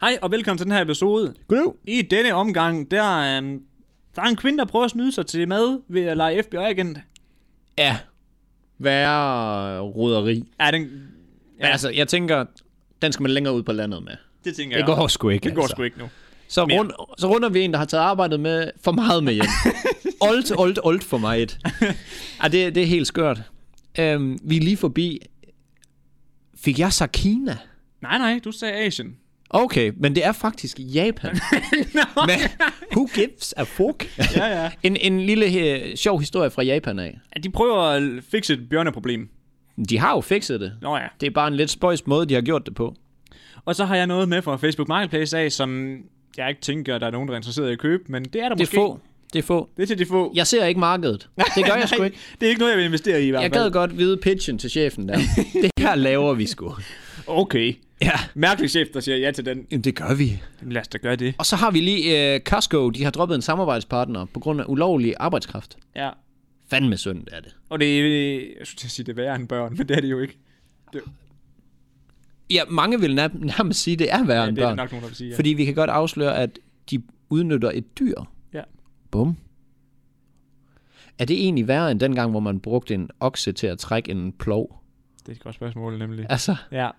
Hej og velkommen til den her episode. Goddag. I denne omgang, der er, en, der er en kvinde, der prøver at snyde sig til mad ved at lege FBI-agent. Ja. Værre øh, roderi. Ja, den, Ja. Men altså, jeg tænker, den skal man længere ud på landet med. det tænker Ja. Det jeg. går sgu ikke, det går altså. sgu ikke nu. Så, mere. rund, så runder vi en, der har taget arbejdet med for meget med hjem. old, old, old for mig et. Ah, det, det er helt skørt. Um, vi er lige forbi. Fik jeg sagt Kina? Nej, nej, du sagde Asian. Okay, men det er faktisk Japan. men who gives a fuck? Ja, ja. en, en lille uh, sjov historie fra Japan af. Ja, De prøver at fikse et bjørneproblem. De har jo fikset det. Nå ja. Det er bare en lidt spøjs måde, de har gjort det på. Og så har jeg noget med fra Facebook Marketplace af, som jeg ikke tænker, at der er nogen, der er interesseret i at købe, men det er der Det måske. er få. Det er få. Det er til de få. Jeg ser ikke markedet. Det gør jeg sgu ikke. Det er ikke noget, jeg vil investere i i hvert Jeg fald. gad godt vide pitchen til chefen der. Det her laver vi sgu. Okay. Ja, Mærkelig chef, der siger ja til den. jamen det gør vi. Jamen, Lad os da gøre det. Og så har vi lige øh, Costco. De har droppet en samarbejdspartner på grund af ulovlig arbejdskraft. Ja. Fanden med synd er det. Og det er, jeg skulle til at sige, det er værre end børn, men det er det jo ikke. Ja, mange vil nær- nærmest sige, det er værre Ja, end det er der børn. nok nogen, der vil sige. Ja. Fordi vi kan godt afsløre, at de udnytter et dyr. Ja. Bum. Er det egentlig værre end dengang, hvor man brugte en okse til at trække en plov? Det er et godt spørgsmål, nemlig. Altså, Ja.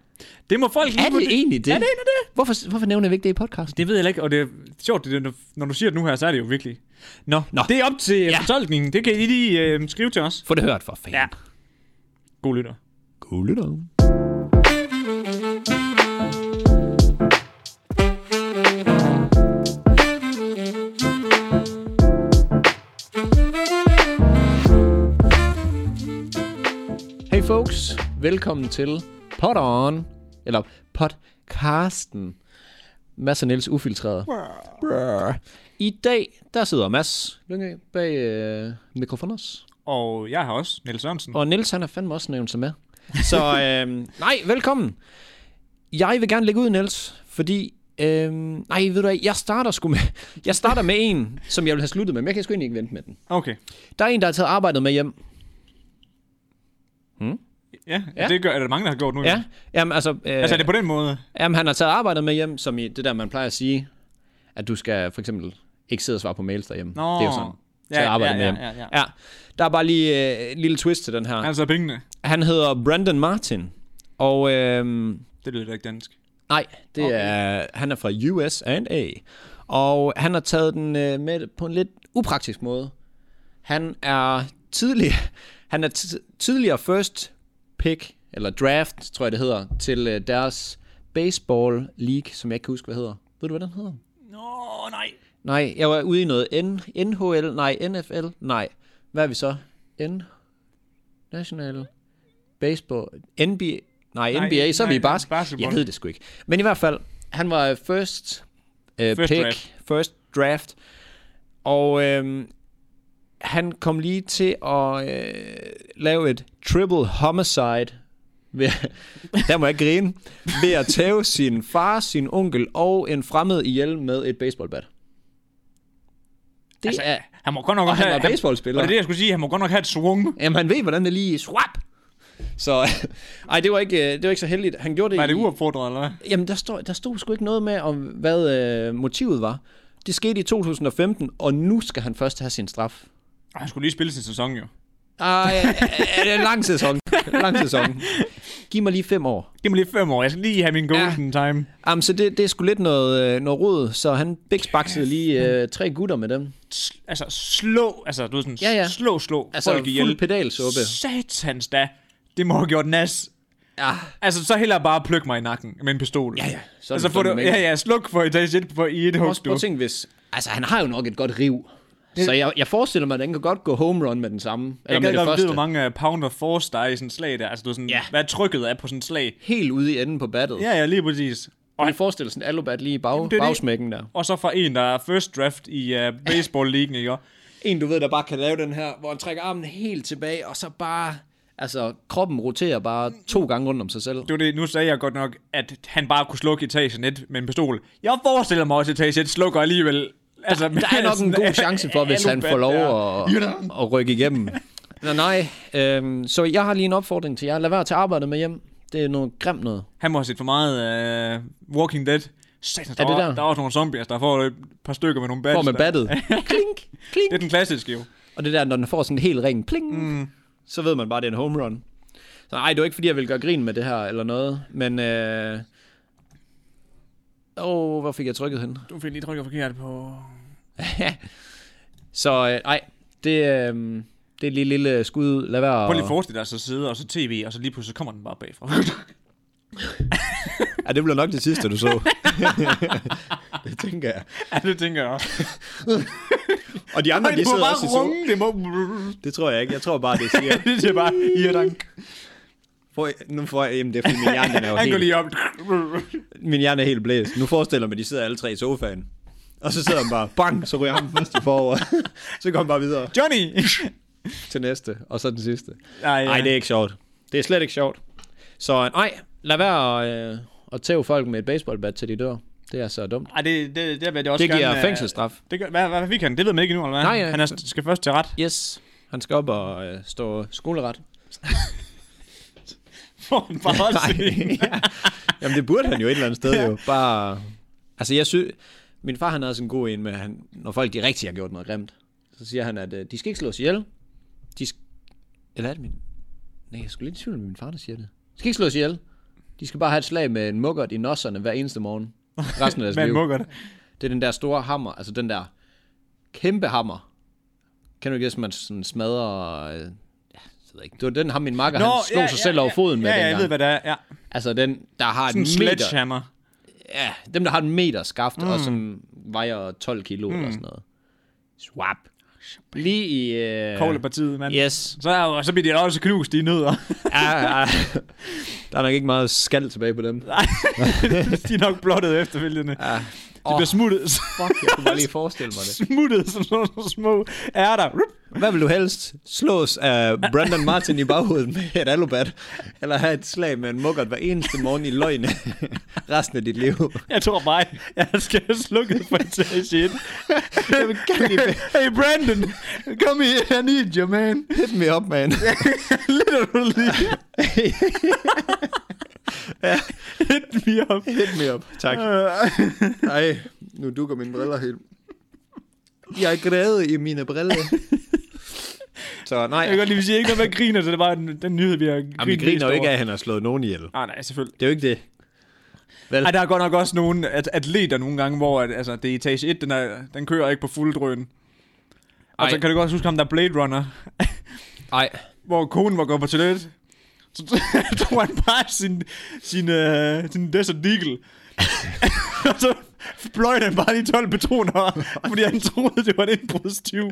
Det må folk er lige... det egentlig det? Er det egentlig det? Hvorfor, hvorfor nævner vi ikke det i podcasten? Det ved jeg ikke, og det er sjovt, det, er, når du siger det nu her, så er det jo virkelig... Nå, Nå. det er op til ja. Ja. fortolkningen. Det kan I lige øh, skrive til os. Få det hørt for fanden. Ja. God lytter. God lytter. Hey folks, velkommen til Pot On, eller podcasten. Mads og Niels Ufiltreret. Brr. I dag, der sidder Mads Lyngø bag øh, mikrofonen. Og jeg har også Niels Sørensen. Og Niels, han har fandme også nævnt sig med. Så øh, nej, velkommen. Jeg vil gerne lægge ud, Niels, fordi... Øh, nej, ved du hvad, jeg starter sgu med... Jeg starter med en, som jeg vil have sluttet med, men jeg kan sgu egentlig ikke vente med den. Okay. Der er en, der har taget arbejdet med hjem. Ja, ja. Ja. det gør, er der mange, der har gjort nu. Ja, jamen altså... Øh, Altså, er det på den måde? Jamen, han har taget arbejdet med hjem, som i det der, man plejer at sige, at du skal for eksempel ikke sidde og svare på mails derhjemme. Nå. Det er jo sådan. Ja, Taget ja, arbejdet ja, med ja, hjem. ja, ja. Der er bare lige øh, et lille twist til den her. Altså pengene. Han hedder Brandon Martin, og... Øh, Det lyder da ikke dansk. Nej, det Okay. okay. er, han er fra USA, og han har taget den øh, med på en lidt upraktisk måde. Han er tidlig, han er ti- tidligere first pick, eller draft, tror jeg det hedder, til øh, deres baseball league, som jeg ikke kan huske, hvad hedder. Ved du, hvad den hedder? Nå, nej. Nej, jeg var ude i noget N- NHL, nej, NFL, nej. Hvad er vi så? N? National Baseball, NBA, nej, Nej, nej NBA, så er nej, vi i basket. basketball. Jeg ved det sgu ikke. Men i hvert fald, han var first, øh, First first pick, draft. draft. first draft, og øh, han kom lige til at øh, lave et triple homicide ved, der må jeg grine, ved at tæve sin far, sin onkel og en fremmed ihjel med et baseballbat. Det Altså, altså, er... Han må godt nok Og han have... var baseballspiller. Og det er det, jeg skulle sige. Han må godt nok have et swung. Jamen, han ved, hvordan det lige... Swap! Så... Ej, det var ikke, øh, det var ikke så heldigt. Han gjorde det Var det i- uopfordret, eller hvad? Jamen, der stod, der stod sgu ikke noget med, om hvad øh, motivet var. Det skete i 2015, og nu skal han først have sin straf. Ej, Han skulle lige spille sin sæson, jo. Ej, er det en lang sæson? Lang sæson. Giv mig lige fem år. Giv mig lige fem år. Jeg skal lige have min golden ja. time. Jamen, så det, det er sgu lidt noget, øh, noget rod, så han bigsbaksede lige øh, tre gutter med dem. Sl- altså, slå. Altså, du ved sådan, Ja, ja. slå, slå. Altså, folk fuld ihjel. pedalsuppe. Satans da. Det må have gjort nas. Ja, Altså, så hellere bare plukke mig i nakken med en pistol. ja, ja. Så Altså, få det, ja, ja, sluk for etage 1 på i et hug, Også prøv du. at tænke, hvis... Altså, han har jo nok et godt riv. Så jeg, jeg forestiller mig, at den kan godt gå home run med den samme. Eller Jeg med kan det godt første. vide, hvor mange øh, pound of force, der er i sådan en slag der. Altså, du ved sådan, Ja. hvad trykket er på sådan en slag. Helt ude i enden på battet. Ja, ja, lige præcis. Og jeg forestiller sådan en alubat lige i bag, det er det. bagsmækken der. Og så fra en, der er first draft i uh, baseball league ikke? Og En, du ved, der bare kan lave den her, hvor han trækker armen helt tilbage, og så bare... Altså, kroppen roterer bare to gange rundt om sig selv. Det var det, nu sagde jeg godt nok, at han bare kunne slukke etagen 1 med en pistol. Jeg forestiller mig også, at etagen 1 slukker alligevel. Altså, Der er nok en god chance for, hvis han får lov at, at rykke igennem. Nå, nej, øhm, så jeg har lige en opfordring til jer. Lad være til arbejde med hjem. Det er noget grimt noget. Han må have set for meget uh, øh, Walking Dead. Satan, Er der, det var, der? der er også nogle zombies, der får et par stykker med nogle bats. Får man der- battet. klink, klink. Det er den klassiske jo. Og det der, når den får sådan en helt ring, pling, mm. så ved man bare, det er en home run. Så nej, det var ikke, fordi jeg ville gøre grin med det her eller noget, men... Øh... Åh, hvor fik jeg trykket hen? Du fik lige trykket forkert på... Så øh, nej, det, øh, det er lige et lille skud. ud. Lad være Prøv lige at at- forestille dig så sidde og så tv, og så lige pludselig kommer den bare bagfra. Ja, det blev nok det sidste, du så. det tænker jeg. ja, det tænker jeg også. Og de andre, Nej, det de må sidder bare også i sofaen. runge, det må... Det tror jeg ikke. Jeg tror bare, det siger... det er bare... Irdank. Prøv, nu får jeg... Jamen, det er fordi, min hjerne den er jo Han går helt... lige op. Min hjerne er helt blæst. Nu forestiller jeg mig, de sidder alle tre i sofaen. Og så sidder han bare, bang, så ryger han første forover. så går han bare videre Johnny! til næste, og så den sidste. Nej, Nej, det er ikke sjovt. Det er slet ikke sjovt. Så nej, lad være at, øh, at tæve folk med et baseballbat til de dør. Det er så dumt. Ej, det, det, det vil jeg også Det giver gerne, øh, fængselsstraf. Det gør, hvad, hvad fik han? Det ved man ikke endnu, eller hvad? Nej, ja. Han er, skal først til ret. Yes, han skal op og øh, stå skoleret. Får han bare også Nej. ja. Jamen det burde han jo et eller andet sted jo. Bare... Altså jeg synes... Min far han havde sådan en god en med, at han, når folk de rigtig har gjort noget grimt, så siger han, at øh, de skal ikke slås ihjel. De sk... Eller er det min... Nej, jeg skulle lidt i tvivl med min far, der siger det. De skal ikke slås ihjel. De skal bare have et slag med en muggert i nosserne hver eneste morgen. Resten af deres Man liv. mukker det. Det er den der store hammer, altså den der kæmpe hammer. Kan du ikke gætte, man sådan smadrer... Øh, ja, jeg ved ikke. Det var den ham, min makker, han slog sig selv over foden ja, med ja, dengang. jeg ved, hvad det er. Ja. Altså den, der har Sådan en en meter... sledgehammer. Ja, dem, der har en meter skaft, mm. og som vejer 12 kilo mm. eller sådan noget. Swap. Lige i... Øh, Koglepartiet, mand. Yes. Så, og så bliver de også knust, de nødder. Ja, ja. Der er nok ikke meget skald tilbage på dem. Nej, de er nok blottet efterfølgende. De Ja. bliver smuttet, Fuck, jeg kunne bare lige forestille mig det. smuttet som sådan nogle små ærter. Rup. Hvad vil du helst? Slås af Brandon Martin i baghovedet med et alubat? Eller have et slag med en muggert hver eneste morgen i løgne resten af dit liv? Jeg tror bare, jeg skal have slukket for etage 1. Jeg vil gerne lige Hey Brandon, come here, I need you, man. hit me up, man. Literally, hit me up. hit me up. Tak. Øh, Ej, nu dukker mine briller helt. Jeg er grædet i mine briller. Så nej. Jeg kan godt lige sige, ikke noget med at grine, så det var den, den nyhed, vi har Jamen, vi grinet mest griner jo ikke over. af, at han har slået nogen ihjel. Det Nej, Ah, nej, selvfølgelig. er jo ikke det. Vel? Ej, der er godt nok også nogle at, atleter nogle gange, hvor at, altså, det er etage 1, den, er, den kører ikke på fuld drøn. Og Ej. så kan du godt huske ham, der er Blade Runner, Nej. hvor konen var gået på toilet. Så tog han bare sin, sin, øh, sin Desert Eagle. og så fløjte han bare lige 12 patroner, fordi han troede, det var en indbrudstyv.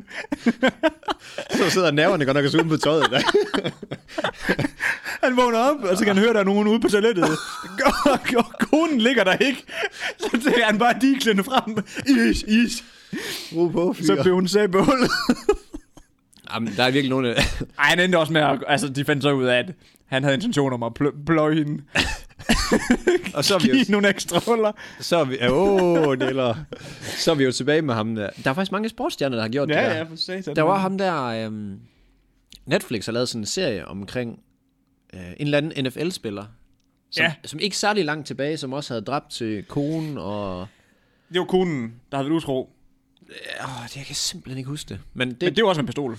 Så sidder nerverne godt nok og suger på tøjet. Der. Han vågner op, og så kan han høre, der er nogen ude på toilettet. og, og konen ligger der ikke. Så tager han bare diglen frem. Is, is. Ro på, Så fyre. blev hun sag på hullet. Jamen, der er virkelig nogen... øh, af- Ej, han endte også med at... Altså, de fandt så ud af, at han havde intention om at plø- pløje hende. og så er vi Give jo... hende nogle ekstra huller. Så er vi, åh, deler. Så er vi jo tilbage med ham der. Der er faktisk mange sportsstjerner, der har gjort det der. for satan. Der var ham der... Øhm, Netflix har lavet sådan en serie omkring øh, en eller anden NFL-spiller, som, Ja. ja. som ikke særlig langt tilbage, som også havde dræbt til konen og... Det var konen, der havde været utro. Åh, det, jeg kan simpelthen ikke huske det. Men, det, Det... Men det var også med en pistol.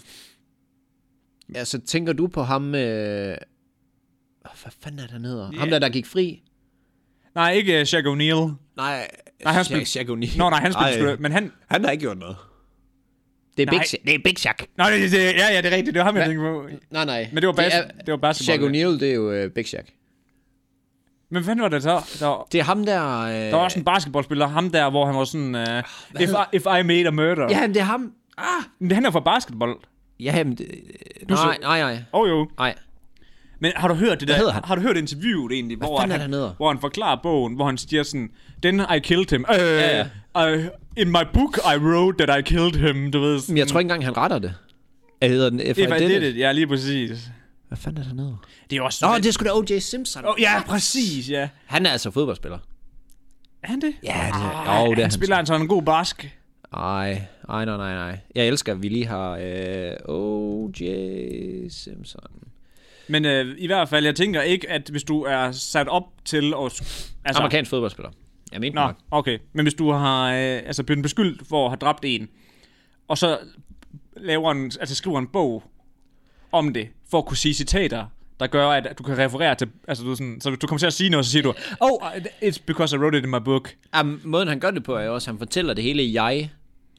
altså, tænker du på ham... Øh, åh, hvad fanden er det, han hedder? Ja. Ham der, der gik fri? Nej, ikke uh, Shaq O'Neal. Nej, Nej, han Shaq- spillede- Shaq O'Neal. Nå, nej, han Ej. spillede sgu da- Men han... Han har ikke gjort noget. Det er, Nej. Big, Shaq- det er Big Shaq. Nå, det, det, ja, ja, det er rigtigt. Det var ham, jeg Hva? tænkte på. Nej, nej. Men det var, bas... det er, er... det var basketball. Shaq O'Neal, det er jo øh, Big Shaq. Men hvad fanden var det så? Der var... Det er ham der... Øh, Der var også en basketballspiller, ham der, hvor han var sådan, uh, if, I, if I made a murder. Ja, men det er ham. Ah! Men han er fra basketball. Ja, men... Det, nej, nej, nej. Åh oh, jo. Nej. Men har du hørt det Hvad der? hedder han? Har du hørt interviewet egentlig, hvor, fanden er han, det, han hedder? hvor han forklarer bogen, hvor han siger sådan, then I killed him. Øh, Ja, I, in my book I wrote that I killed him, du ved. Men jeg tror ikke engang, han retter det. Jeg hedder den F.I. det var Did det, It. det. Ja, lige præcis. Hvad fanden er der nede? Det er også... Nå, det er sgu da O.J. Simpson. oh, ja, præcis, ja. Han er altså fodboldspiller. Er han det? Ja, det er, oh, jo, det er han han. spiller altså en god bask. Ej, ej, nej, nej, nej. Jeg elsker, at vi lige har øh, O.J. Simpson. Men øh, i hvert fald, jeg tænker ikke, at hvis du er sat op til at... sk- Altså, Amerikansk fodboldspiller. Jeg mente Nå, nok. okay. Men hvis du har øh, altså blevet beskyldt for at have dræbt en, og så laver en, altså skriver en bog om det, for at kunne sige citater, der gør, at du kan referere til... Altså, du er sådan, så hvis du kommer til at sige noget, så siger du, Oh, it's because I wrote it in my book. Jamen, måden han gør det på er jo også, at han fortæller det hele i jeg.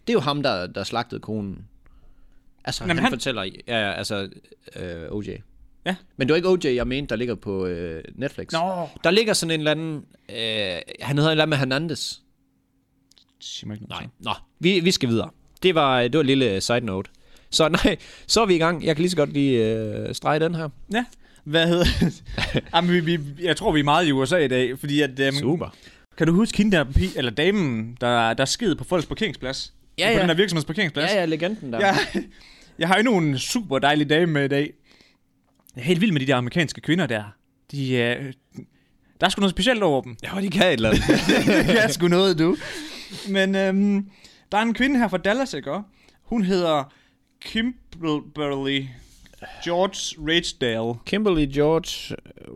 Det er jo ham, der, der slagtede konen. Altså, Jamen, Jamen, han, han- han, fortæller... Ja, ja altså, øh, OJ. Ja. Men det var ikke OJ, jeg mente, der ligger på øh, Netflix. Nå. Der ligger sådan en eller anden... Øh, han hedder en eller anden med Hernandez. Sig mig ikke noget. Nej, nå. Vi, vi skal videre. Det var, det var en lille øh, side note. Så nej, så er vi i gang. Jeg kan lige så godt lige øh, strege den her. Ja. Hvad hedder Jamen, vi, vi, jeg tror, vi er meget i USA i dag, fordi at... øhm, Super. Kan du huske hende der, pi- eller damen, der, der skede på folks parkeringsplads? Ja, på ja. den der virksomheds parkeringsplads? Ja, ja, legenden der. Jeg, jeg har endnu en super dejlig dame med i dag. Jeg er helt vild med de der amerikanske kvinder der. De, øh, der er sgu noget specielt over dem. ja de kan et eller andet. det er sgu noget, du. Men øhm, der er en kvinde her fra Dallas, ikke? også? Hun hedder Kimberly George Ragsdale. Kimberly George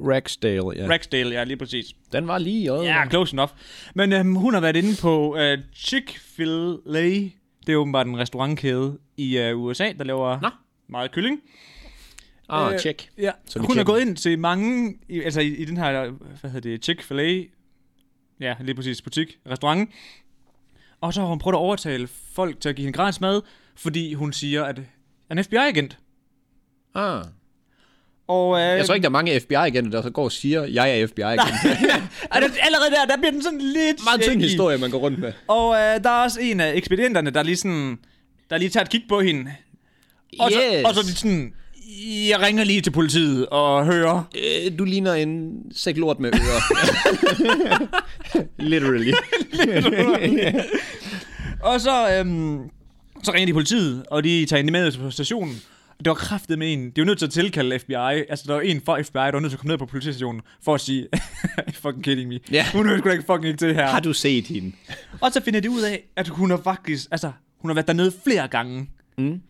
Ragsdale, ja. Ragsdale, ja, lige præcis. Den var lige i øjet. Ja, close enough. Men øhm, hun har været inde på øh, Chick-fil-A. Det er åbenbart en restaurantkæde i øh, USA, der laver Nå. meget kylling. Ah, Øh, check. Ja, Så så vi hun er klikker. gået ind til mange, i, altså i, i den her, hvad hedder det, Chick-fil-A, ja, lige præcis, butik, restaurant. Og så har hun prøvet at overtale folk til at give hende gratis mad, fordi hun siger, at er en FBI-agent. Ah. Og, øh, Jeg tror ikke, der er mange FBI-agenter, der så går og siger, jeg er FBI-agent. er det, allerede der, der bliver den sådan lidt... Meget tynd shaky. historie, man går rundt med. Og øh, der er også en af ekspedienterne, der lige sådan, der lige tager et kig på hende. Og, så, og så er de sådan, jeg ringer lige til politiet og hører. Øh, du ligner en sæk lort med ører. Literally. Og så, øhm, så ringer de politiet, og de tager hende med på stationen. Det var kraftet med en. De var nødt til at tilkalde FBI. Altså, der var en fra FBI, der var nødt til at komme ned på politistationen for at sige, fucking kidding me. Ja. Hun hører sgu da ikke fucking ikke til her. Har du set hende? Og så finder de ud af, at hun har faktisk, altså, hun har været dernede flere gange. Mm.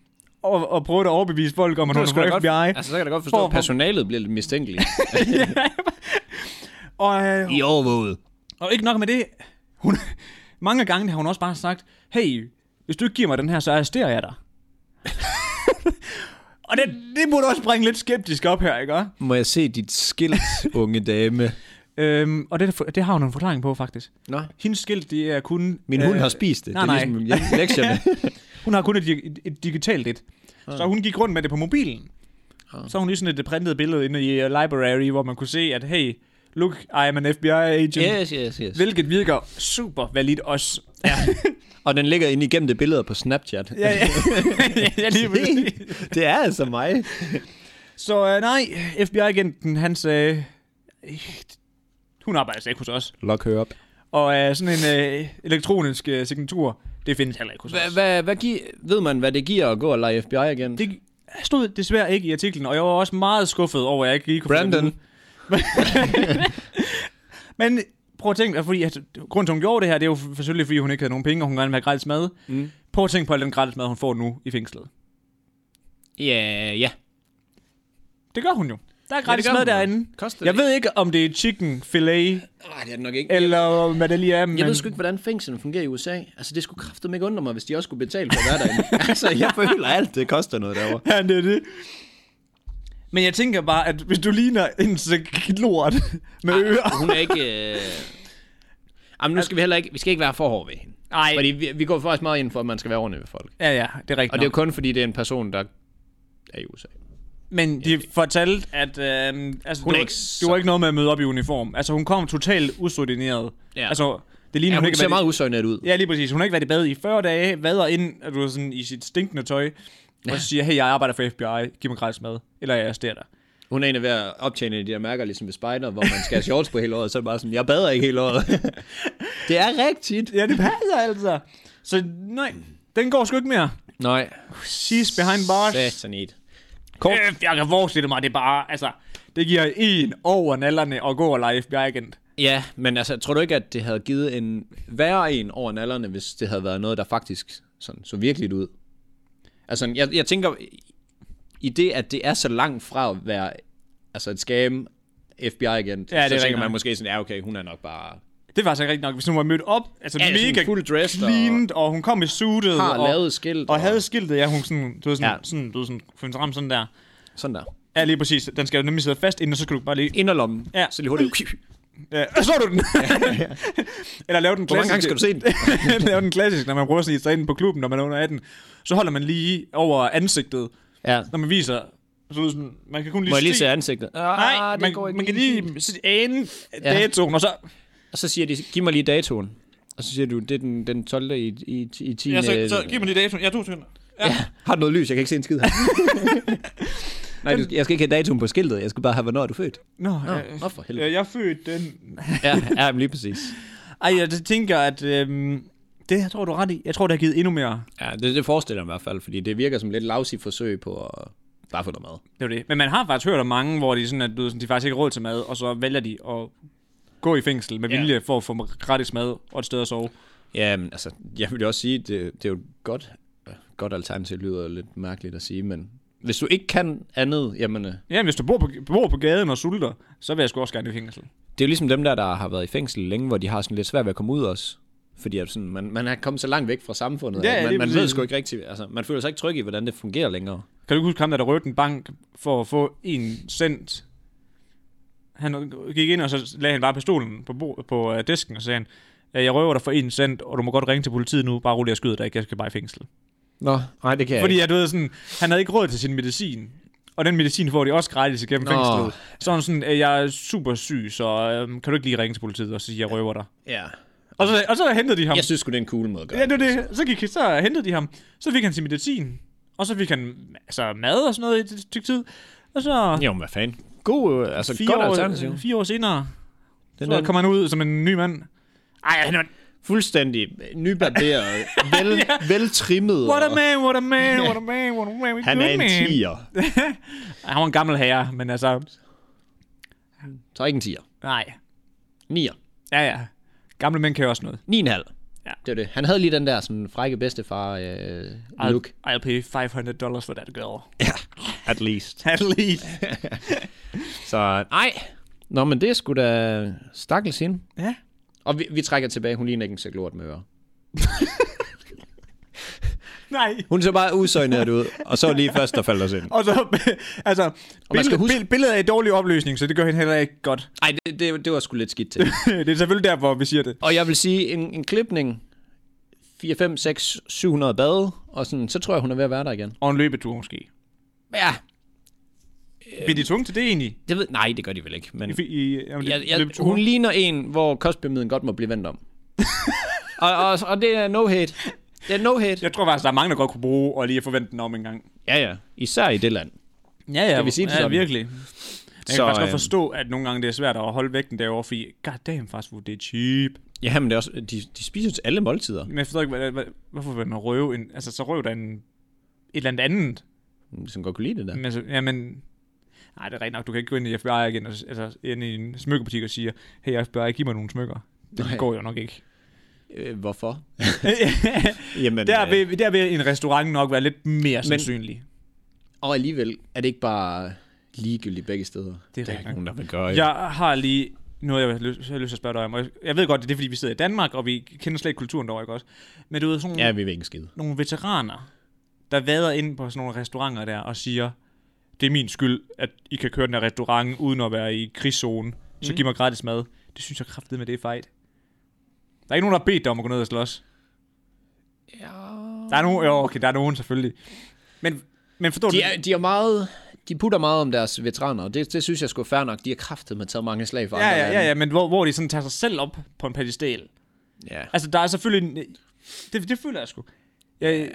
Og, og prøvet at overbevise folk om, at hun er fra FBI. altså, så kan jeg da godt forstå, For- at personalet bliver lidt mistænkeligt. Altså- Og, øh, I overvåget. Og ikke nok med det, hun, mange gange har hun også bare sagt, hey, hvis du ikke giver mig den her, så arresterer jeg dig. og det, det burde også bringe lidt skeptisk op her, ikke? Må jeg se dit skilt, unge dame? Øhm, og det, det har hun en forklaring på, faktisk. Nå, Hendes skilt, det er kun... min øh, hund har spist det. nej, det er nej. ligesom hjem- lektierne. Hun har kun et, di- et, et digitalt et. Så hun gik rundt med det på mobilen. Så har hun lige sådan et printet billede inde i øh, library, hvor man kunne se, at hey, look, I am an FBI agent. yes, yes, yes. Hvilket virker super validt også. Ja, Og den ligger inde igennem det billede på Snapchat. ja, ja. ja lige præcis. det er altså mig. Så øh, nej, FBI-agenten, han sagde... "Øh, Hun arbejder altså ikke hos os. Lok her op. Og øh, sådan en øh, elektronisk øh, signatur, det findes heller ikke hos os. Hvad hvad gi- ved man, hvad det giver at gå og lege FBI igen? Det stod desværre ikke i artiklen, og jeg var også meget skuffet over, at jeg ikke lige kunne få det at Brandon. vide. Men prøv at tænke, fordi at, grunden til, at hun gjorde det her, det er jo for- selvfølgelig, fordi hun ikke havde nogen penge, og hun gerne ville have gratis mad. Mm. Prøv at tænke på al den gratis mad, hun får nu i fængslet. Ja, ja. Det gør hun jo. Der er gratis ja, mad derinde. Koster Jeg ved ikke, om det er chicken filet, Nej, det er det nok ikke. eller hvad det lige er. Men... Jeg ved sgu ikke, hvordan fængslerne fungerer i USA. Altså, det skulle kraftedeme ikke undre mig, hvis de også skulle betale for at være derinde. altså, jeg føler alt, det koster noget derovre. Ja, det er det. Men jeg tænker bare, at hvis du ligner en sæk lort Ah. med ører... Hun er ikke... Øh... Jamen, nu skal vi heller ikke... Vi skal ikke være for hårde ved hende. Nej. Fordi vi, vi går faktisk meget ind for, at man skal være ordentlig ved folk. Ja, ja, det er rigtigt. Og det er jo kun, fordi det er en person, der er i USA. Men de fortalte, at øh, altså, Hun det, var, er ikke det var ikke noget med at møde op i uniform. Altså, hun kom totalt usordineret. Ja. Altså, det ligner, Ja, hun, hun ikke ser har meget været usøgnet ud. i, Ja, lige præcis. Hun har ikke været i bad i 40 dage, vader ind at du ved, sådan, i sit stinkende tøj, og så siger, hey, jeg arbejder for FBI, giv mig gratis mad, eller jeg arresterer dig. Hun er en af ved at optjene de der mærker, ligesom ved spider, hvor man skal have shorts på hele året, så er det bare sådan, jeg bader ikke hele året. det er rigtigt. Ja, det passer altså. Så nej, den går sgu ikke mere. Nej. She's behind bars. Satanit. Kort. Øh, jeg kan forestille mig, det er bare, altså, det giver en over nallerne at gå og lege FBI-agent. Ja, men altså, tror du ikke, at det havde givet en værre en over nallerne, hvis det havde været noget, der faktisk sådan, så virkeligt ud? Altså, jeg, jeg tænker, i det, at det er så langt fra at være altså et scam, FBI igen, det er så rigtigt tænker man nok. måske sådan, ja okay, hun er nok bare Det er faktisk ikke rigtigt nok, hvis hun var mødt op, altså Ja, ja, sådan mega fuld dressed og- cleaned, og... og hun kom i suitet, Har og, lavet skilt. og havde skiltet, ja, hun sådan, du ved, sådan, Ja. ja. sådan, du ved, sådan, sådan, sådan, sådan der. Sådan der. Ja, lige præcis. Den skal jo nemlig sidde fast, inden og så skal du bare lige... Inderlommen. Ja. Så lige hurtigt. Ja, og slår du den! Eller lave den klassisk. Hvor mange gange skal du se den? lave den klassisk, når man prøver at snige sig ind på klubben, når man er under 18. Så holder man lige over ansigtet, Ja. når man viser... Så ved sådan, man kan kun lige Må jeg lige se- se ansigtet? Ah, Nej, det man, går ikke man kan lige se- ane Ja. datoen, og så... Og så siger de, giv mig lige datoen. Og så siger du, det er den, den 12. i, i, i 10. Ja, så, så giv mig lige datoen. Ja, to sekunder. ja. Har du noget lys? Jeg kan ikke se en skid her. Nej, du, jeg skal ikke have datoen på skiltet. Jeg skal bare have, hvornår er du født? Nå, Nå, øh, nå for helvede. øh, jeg er født den... ja, ja, men lige præcis. Ej, jeg tænker, at... Øhm, det jeg tror du er ret i. Jeg tror, det har givet endnu mere. Ja, det, det forestiller jeg mig i hvert fald, fordi det virker som lidt lousy forsøg på at bare få noget mad. Det var det. Men man har faktisk hørt om mange, hvor de, sådan, at, du, ved, sådan, de faktisk ikke har råd til mad, og så vælger de at gå i fængsel med Ja. vilje for at få gratis mad og et sted at sove. Ja, men altså, jeg vil jo også sige, det, det er jo et godt, godt alternativ, lyder lidt mærkeligt at sige, men hvis du ikke kan andet, jamen, øh, Jamen, hvis du bor på, bor på gaden og sulter, så vil jeg sgu også gerne i fængsel. det er jo ligesom dem der, der har været i fængsel længe, hvor de har sådan lidt svært ved at komme ud også. Fordi at sådan, man, man er kommet så langt væk fra samfundet, Ja, at man, lige man ved præcis. sgu ikke rigtigt, altså man føler sig ikke tryg i, hvordan det fungerer længere. Kan du ikke huske ham, der, der rødte en bank for at få en cent? Han gik ind, og så lagde han bare pistolen på, bord, på øh, disken, og sagde han, "Øh, jeg røver dig for en cent, og du må godt ringe til politiet nu, bare rolig, jeg skyder dig ikke, jeg skal bare i fængsel. Nå, nej, det kan jeg Fordi jeg, du ved, sådan, han havde ikke råd til sin medicin. Og den medicin får de også gratis igennem Nå. fængslet. Så er han sådan, "Øh, jeg er super syg, så øhm, kan du ikke lige ringe til politiet og sige, jeg røver dig. ikke. Ja. Og så, og så hentede de ham. Jeg synes sgu, det er en cool måde at gøre Ja, det var det. Så, gik, så hentede de ham. Så fik han sin medicin. Og så fik han altså, mad og sådan noget i et stykke tid. Og så Jo, men hvad fanden. God, øh, altså fire, godt alternativ. år, fire år senere, Den så der kom han ud som en ny mand. Ej, han er... fuldstændig nybarberet, vel, veltrimmet. What a man, what a man, what a man, what a man. Han good er en man. tiger. Han var en gammel herre, men altså... Så ikke en tiger. Nej. Nier. Ja, ja. Gamle mænd kan jo også noget. 9,5. Ja. Det var det. Han havde lige den der sådan frække bedstefar øh, look. I'll, I'll pay 500 dollars for that girl. At least. At least. Så nej. Nå, men det er sgu da stakkels hende. ja. Og vi, vi trækker tilbage. Hun ligner ikke en sæk lort med ører. Nej. Hun ser bare usøgnet ud, og så lige først, der falder os ind. Og så, altså, man billed, skal huske- huske... billedet er i dårlig opløsning, så det gør hende heller ikke godt. Nej, det, det, det var sgu lidt skidt til. det er selvfølgelig derfor, vi siger det. Og jeg vil sige, en, en klipning, 4, 5, 6, 700 bade, og sådan, så tror jeg, hun er ved at være der igen. Og en løbetur måske. Øhm. Ja, Bliver de tvunget til det egentlig? det ved, nej, det gør de vel ikke. Men I, fi- i, jamen, jeg, jeg, løbeture? hun ligner en, hvor kostpyramiden godt må blive vendt om. og, og, og det er no hate. Det er no hate. jeg tror faktisk, der er mange, der godt kunne bruge og lige at forvente den om en gang. Ja, ja. Især i det land. Ja, ja. Skal vi sige det ja, sådan? virkelig. Jeg Så, kan faktisk godt øhm, forstå, at nogle gange det er svært at holde vægten derovre, fordi god damn fast food, det er cheap. Ja, men det er også, de, de spiser jo til alle måltider. Men jeg forstår ikke, hvad, hvad, hvorfor vil man røve en... Altså, så røv der en, et eller andet andet. Mm, Som godt kunne lide det der. Men, så, ja, men... Nej, det er rigtigt nok. Du kan ikke gå ind i FBI igen, og, s- altså ind i en smykkebutik og sige, hey FBI, giv mig nogle smykker. Det Nej. Nej. går jo nok ikke. Øh, hvorfor? Jamen, der, øh, vil, der vil en restaurant nok være lidt mere men, sandsynlig. og alligevel er det ikke bare ligegyldigt begge steder. Det er der er rigtigt ikke nogen, der vil gøre. Ja. Jeg har lige noget, jeg har lyst, jeg har lyst til at spørge dig om. og jeg- Jeg ved godt, det er, fordi vi sidder i Danmark, og vi kender slet ikke kulturen derovre, ikke også? Men du ved, sådan ja, ja. vi vil ikke en skide. nogle veteraner, der vader ind på sådan nogle restauranter der og siger, det er min skyld, at I kan køre den her restaurant uden at være i krigszonen. Så mm. giv mig gratis mad. Det synes jeg kraftigt med, det er fejt. Der er ikke nogen, der har bedt dig om at gå ned og slås. Ja. Der er nogen, jo, okay, der er nogen selvfølgelig. Men, men forstår De du? er, de er meget... De putter meget om deres veteraner, og det, det synes jeg skulle fair nok. De har kraftet med taget mange slag fra Ja, andre ja, ja, lande. ja, men hvor, hvor de sådan tager sig selv op på en pedestal. ja. Altså, der er selvfølgelig... En, det, det føler jeg sgu. Jeg,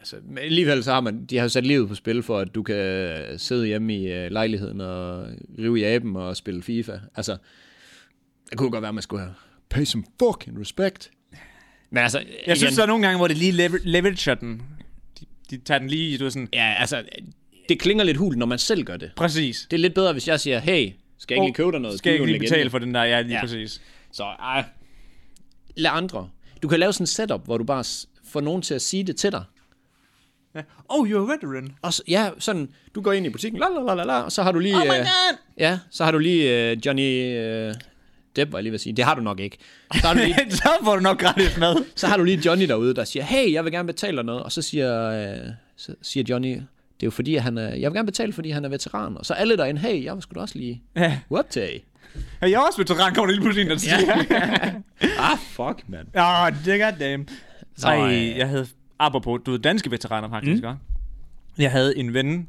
Altså, men alligevel så har man, de har jo sat livet på spil for, at du kan øh, sidde hjemme i øh, lejligheden og rive i aben og spille FIFA. Altså, det kunne godt være, at man skulle have pay some fucking respect. Men altså, jeg synes, der er nogle gange, hvor det lige lever, leverager den. De, de tager den lige, du er sådan... ja, altså, det klinger lidt hul, når man selv gør det. Præcis. Det er lidt bedre, hvis jeg siger, hey, skal jeg ikke Åh, lige købe dig noget? Skal jeg ikke Giv lige en betale legende." for den der? Ja, lige Ja. ja. præcis. Så ej, lad andre. Du kan lave sådan en setup, hvor du bare s- får nogen til at sige det til dig. Ja. Oh, you're a veteran. Og så, ja, sådan, du går ind i butikken, la la la la la, og så har du lige... Oh my øh, god! Ja, så har du lige øh, Johnny... Øh, step, var jeg lige ved at sige. Det har du nok ikke. Så har du lige, så får du nok gratis mad. så har du lige Johnny derude, der siger, hey, jeg vil gerne betale dig noget. Og så siger, øh, så siger Johnny, det er jo fordi, at han er, jeg vil gerne betale, fordi han er veteran. Og så alle derinde, hey, jeg skulle også lige Ja. whooptag. Jeg er også veteran, kommer der lige pludselig en, der siger. ah, fuck, mand. Åh, oh, det er goddamn. Så, Nej, øh, jeg havde... Apropos, du ved, danske veteraner faktisk, mm. Jeg havde en ven,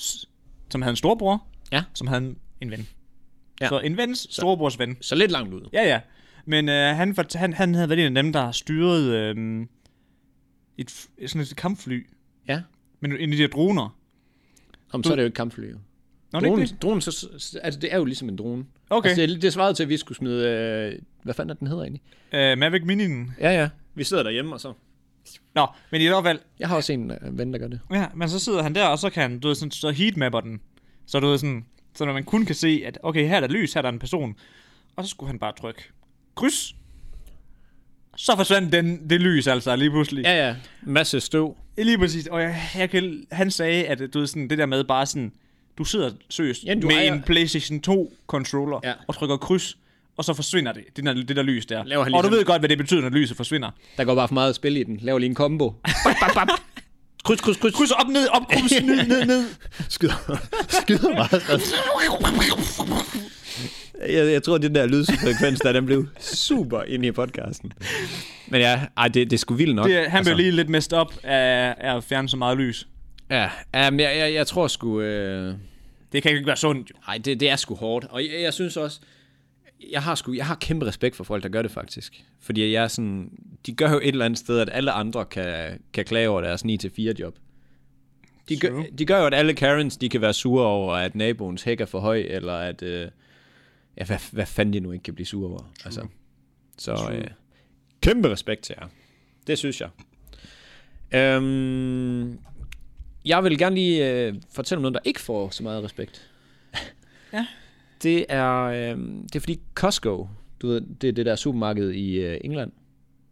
s- som havde en storbror, Ja. som havde en- en ven. Ja. Ja. Så en vens storebrors ven. Så lidt langt ud. Ja, ja. Men øh, han, fort- han, han havde været en af dem, der styrede øh, et, f- sådan et kampfly. Ja. Men en af de her droner. Om, så er det jo ikke kampfly. Jo. Nå, det er Dronen, ikke det. dronen så- så, altså, det er jo ligesom en drone. Okay. Altså, det, det svarede til, at vi skulle smide... Øh, hvad fanden er den hedder egentlig? Øh, Mavic Mini'en. Ja, ja. Vi sidder derhjemme, og så... Nå, men i hvert fald, Jeg har også en øh, ven, der gør det. Ja, men så sidder han der, og så kan han, du ved, sådan, så heatmapper den. Så du ved sådan, så man kun kan se, at okay, her er der lys, her er der en person. Og så skulle han bare trykke kryds. Så forsvandt den, det lys altså lige pludselig. Ja. Ja, ja. Masse støv. Lige præcis. Og jeg, jeg kan, han sagde, at du ved, sådan, det der med bare sådan, du sidder søst Ja, ja, du med ejer- en PlayStation 2 controller Ja. ja. og trykker kryds, og så forsvinder det, det der, det der lys der. Laver han og du ligesom- ved godt, hvad det betyder, når lyset forsvinder. Der går bare for meget spil i den. Laver lige en combo. Bap, bap, bap. Kryds, kryds, kryds. Kryds op, ned, op, kryds, ned, ned, ned. Skyder, skyder meget. Jeg, jeg tror, at den der lydfrekvens, der den blev super ind i podcasten. Men ja, ej, det, det er sgu vildt nok. altså. Det, han blev lige lidt mest op af, af at fjerne så meget lys. Ja, ja men jeg, jeg, jeg tror sgu... Øh... Det kan jo ikke være sundt, jo. Nej, det, det er sgu hårdt. Og jeg, jeg synes også, jeg har, sgu, jeg har kæmpe respekt for folk, der gør det faktisk. Fordi jeg er sådan, de gør jo et eller andet sted, at alle andre kan, kan klage over deres 9-4 job. De gør, True. de gør jo, at alle Karens, de kan være sure over, at naboens hæk er for høj, eller at, øh, ja, hvad, hvad fanden de nu ikke kan blive sure over. Altså, så øh, kæmpe respekt til jer. Det synes jeg. Øhm, jeg vil gerne lige øh, fortælle om noget, der ikke får så meget respekt. Ja. Det er, øh, det er fordi Costco, du ved, det er det der supermarked i øh, England.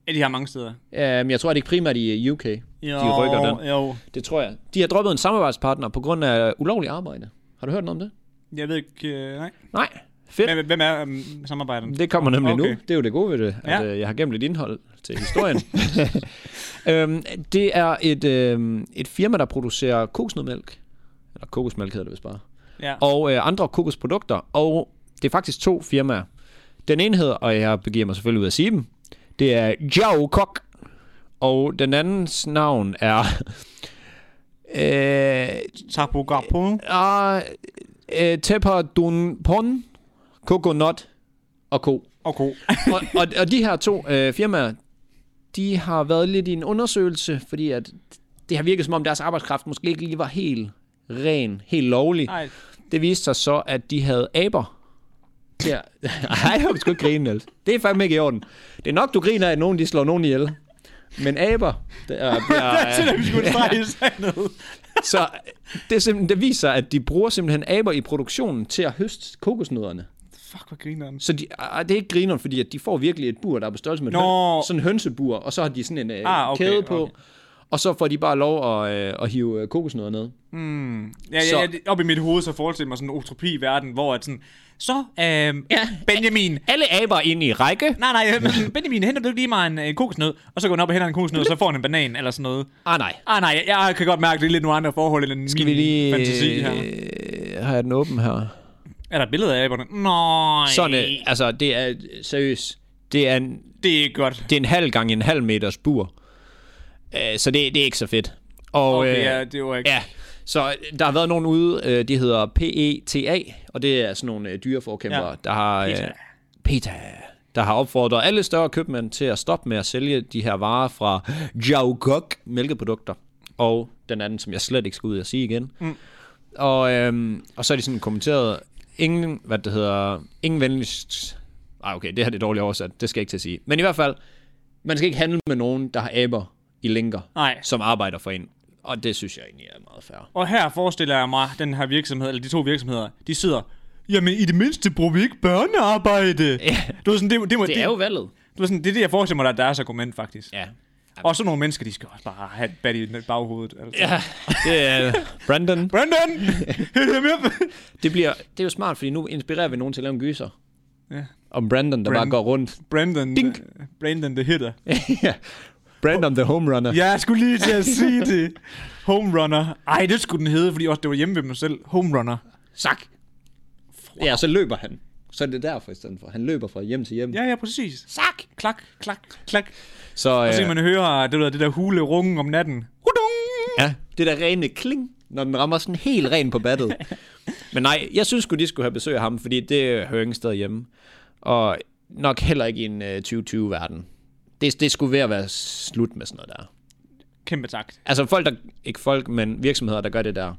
Ja, de har mange steder. Ja, men jeg tror, det er primært i øh, UK, de rykker den. Jo, Det tror jeg. De har droppet en samarbejdspartner på grund af ulovlig arbejde. Har du hørt noget om det? jeg ved ikke, øh, nej. Nej. Fedt. Hvem, hvem er um, samarbejderen? Det kommer nemlig okay. Okay. nu. Det er jo det gode ved det, at Ja. øh, jeg har gemt lidt indhold til historien. øhm, det er et, øhm, et firma, der producerer kokosnødmælk. Eller kokosmælk hedder det vist bare. Ja. Og øh, andre kokosprodukter. Og det er faktisk to firmaer. Den ene hedder, og jeg begiver mig selvfølgelig ud at sige dem, det er Jiao Kok. Og den andens navn er... øh, Tapo Garpo. ah, øh, Tepper Dun Pon, Coconut og Ko Okay. og, og, og de her to øh, firmaer, de har været lidt i en undersøgelse, fordi at det har virket som om deres arbejdskraft måske ikke lige var helt ren, helt lovlig. Nej, Det viste sig så, at de havde aber. Ja. Ej, jeg vil sgu ikke grine, Niels. Det er fandme ikke i orden. Det er nok, du griner af, at nogen de slår nogen ihjel. Men aber, der det er bliver... det, vi skulle strege i sandet. Så det, er simpelthen- det viser, at de bruger simpelthen aber i produktionen til at høste kokosnødderne. Fuck, hvor grineren. Så de, ah, det er ikke grineren, fordi at de får virkelig et bur, der er på størrelse med et Nå. høn, sådan en hønsebur, og så har de sådan en øh, ah, Ah, okay, okay, kæde på, okay. og så får de bare lov at, øh, at hive øh, kokosnødder ned. Ja, Så- ja, ja, det- op i mit hoved, så forestiller jeg mig sådan en utopi-verden, hvor at sådan, så, øhm, Ja. ja. Benjamin, Alle aber ind i række. Nej, nej, men Benjamin, henter du ikke lige mig en, en kokosnød? Og så går han op og henter en kokosnød, og så får han en banan eller sådan noget. Ah nej. Ah, nej, jeg kan godt mærke, det er lidt nogle andre forhold end Skal min vi lige... fantasi her. øh, har jeg den åben her? Er der et billede af aberne? Nej, Sådan, øh, altså det er øh, seriøst, det er, en, det er ikke godt. det er en halv gang en halv meters bur. Øh, så det, det er ikke så fedt. Og, Okay, øh, ja, det var ikke... Ja, så der har været nogen ude, øh, de hedder PETA, og det er sådan nogle øh, dyreforkæmpere, Ja. E der har... øh, PETA. PETA. Der har opfordret alle større købmænd til at stoppe med at sælge de her varer fra Jaugok mælkeprodukter. Og den anden, som jeg slet ikke skal ud og sige igen. Mm. Og, øhm, og så er de sådan kommenteret, ingen, hvad det hedder, ingen venligst... Ej, okay, det her det er dårligt oversat, det skal jeg ikke til at sige. Men i hvert fald, man skal ikke handle med nogen, der har aber i linker, Nej. som arbejder for en. Og det synes jeg egentlig er meget fair. Og her forestiller jeg mig, den her virksomhed, eller de to virksomheder, de sidder, jamen i det mindste bruger vi ikke børnearbejde. Ja. Du ved sådan, det, det, må, Det er jo valget. du ved sådan, det er det, jeg forestiller mig, der er deres argument faktisk. Ja. Ja. Og sådan nogle mennesker, de skal også bare have et bat i baghovedet. Altså. Ja. Det er Brandon. Brandon! Hit him up! Det, bliver, det er jo smart, fordi nu inspirerer vi nogen til at lave en gyser. Ja. Om Brandon, der Brand- bare går rundt. Brandon, Dink. øh, Brandon the hitter. ja. Brandon, the home runner. Ja, jeg skulle lige til at sige det. Home runner. Ej, det skulle den hedde, fordi også det var hjemme ved mig selv. Home runner. Sak. Ja, så løber han. Så er det derfor i stedet for. Han løber fra hjem til hjem. Ja, ja, præcis. Sak. Klak, klak, klak. Så, Og så øh, kan man hører det, der, det der hule runge om natten. Hudung! Ja. Det der rene kling, når den rammer sådan helt ren på battet. Men nej, jeg synes sgu, de skulle have besøg af ham, fordi det hører ingen steder hjemme. Og nok heller ikke i en øh, 2020-verden. Det, det skulle ved at være slut med sådan noget der. Kæmpe takt. Altså folk, der, ikke folk, men virksomheder, der gør det der.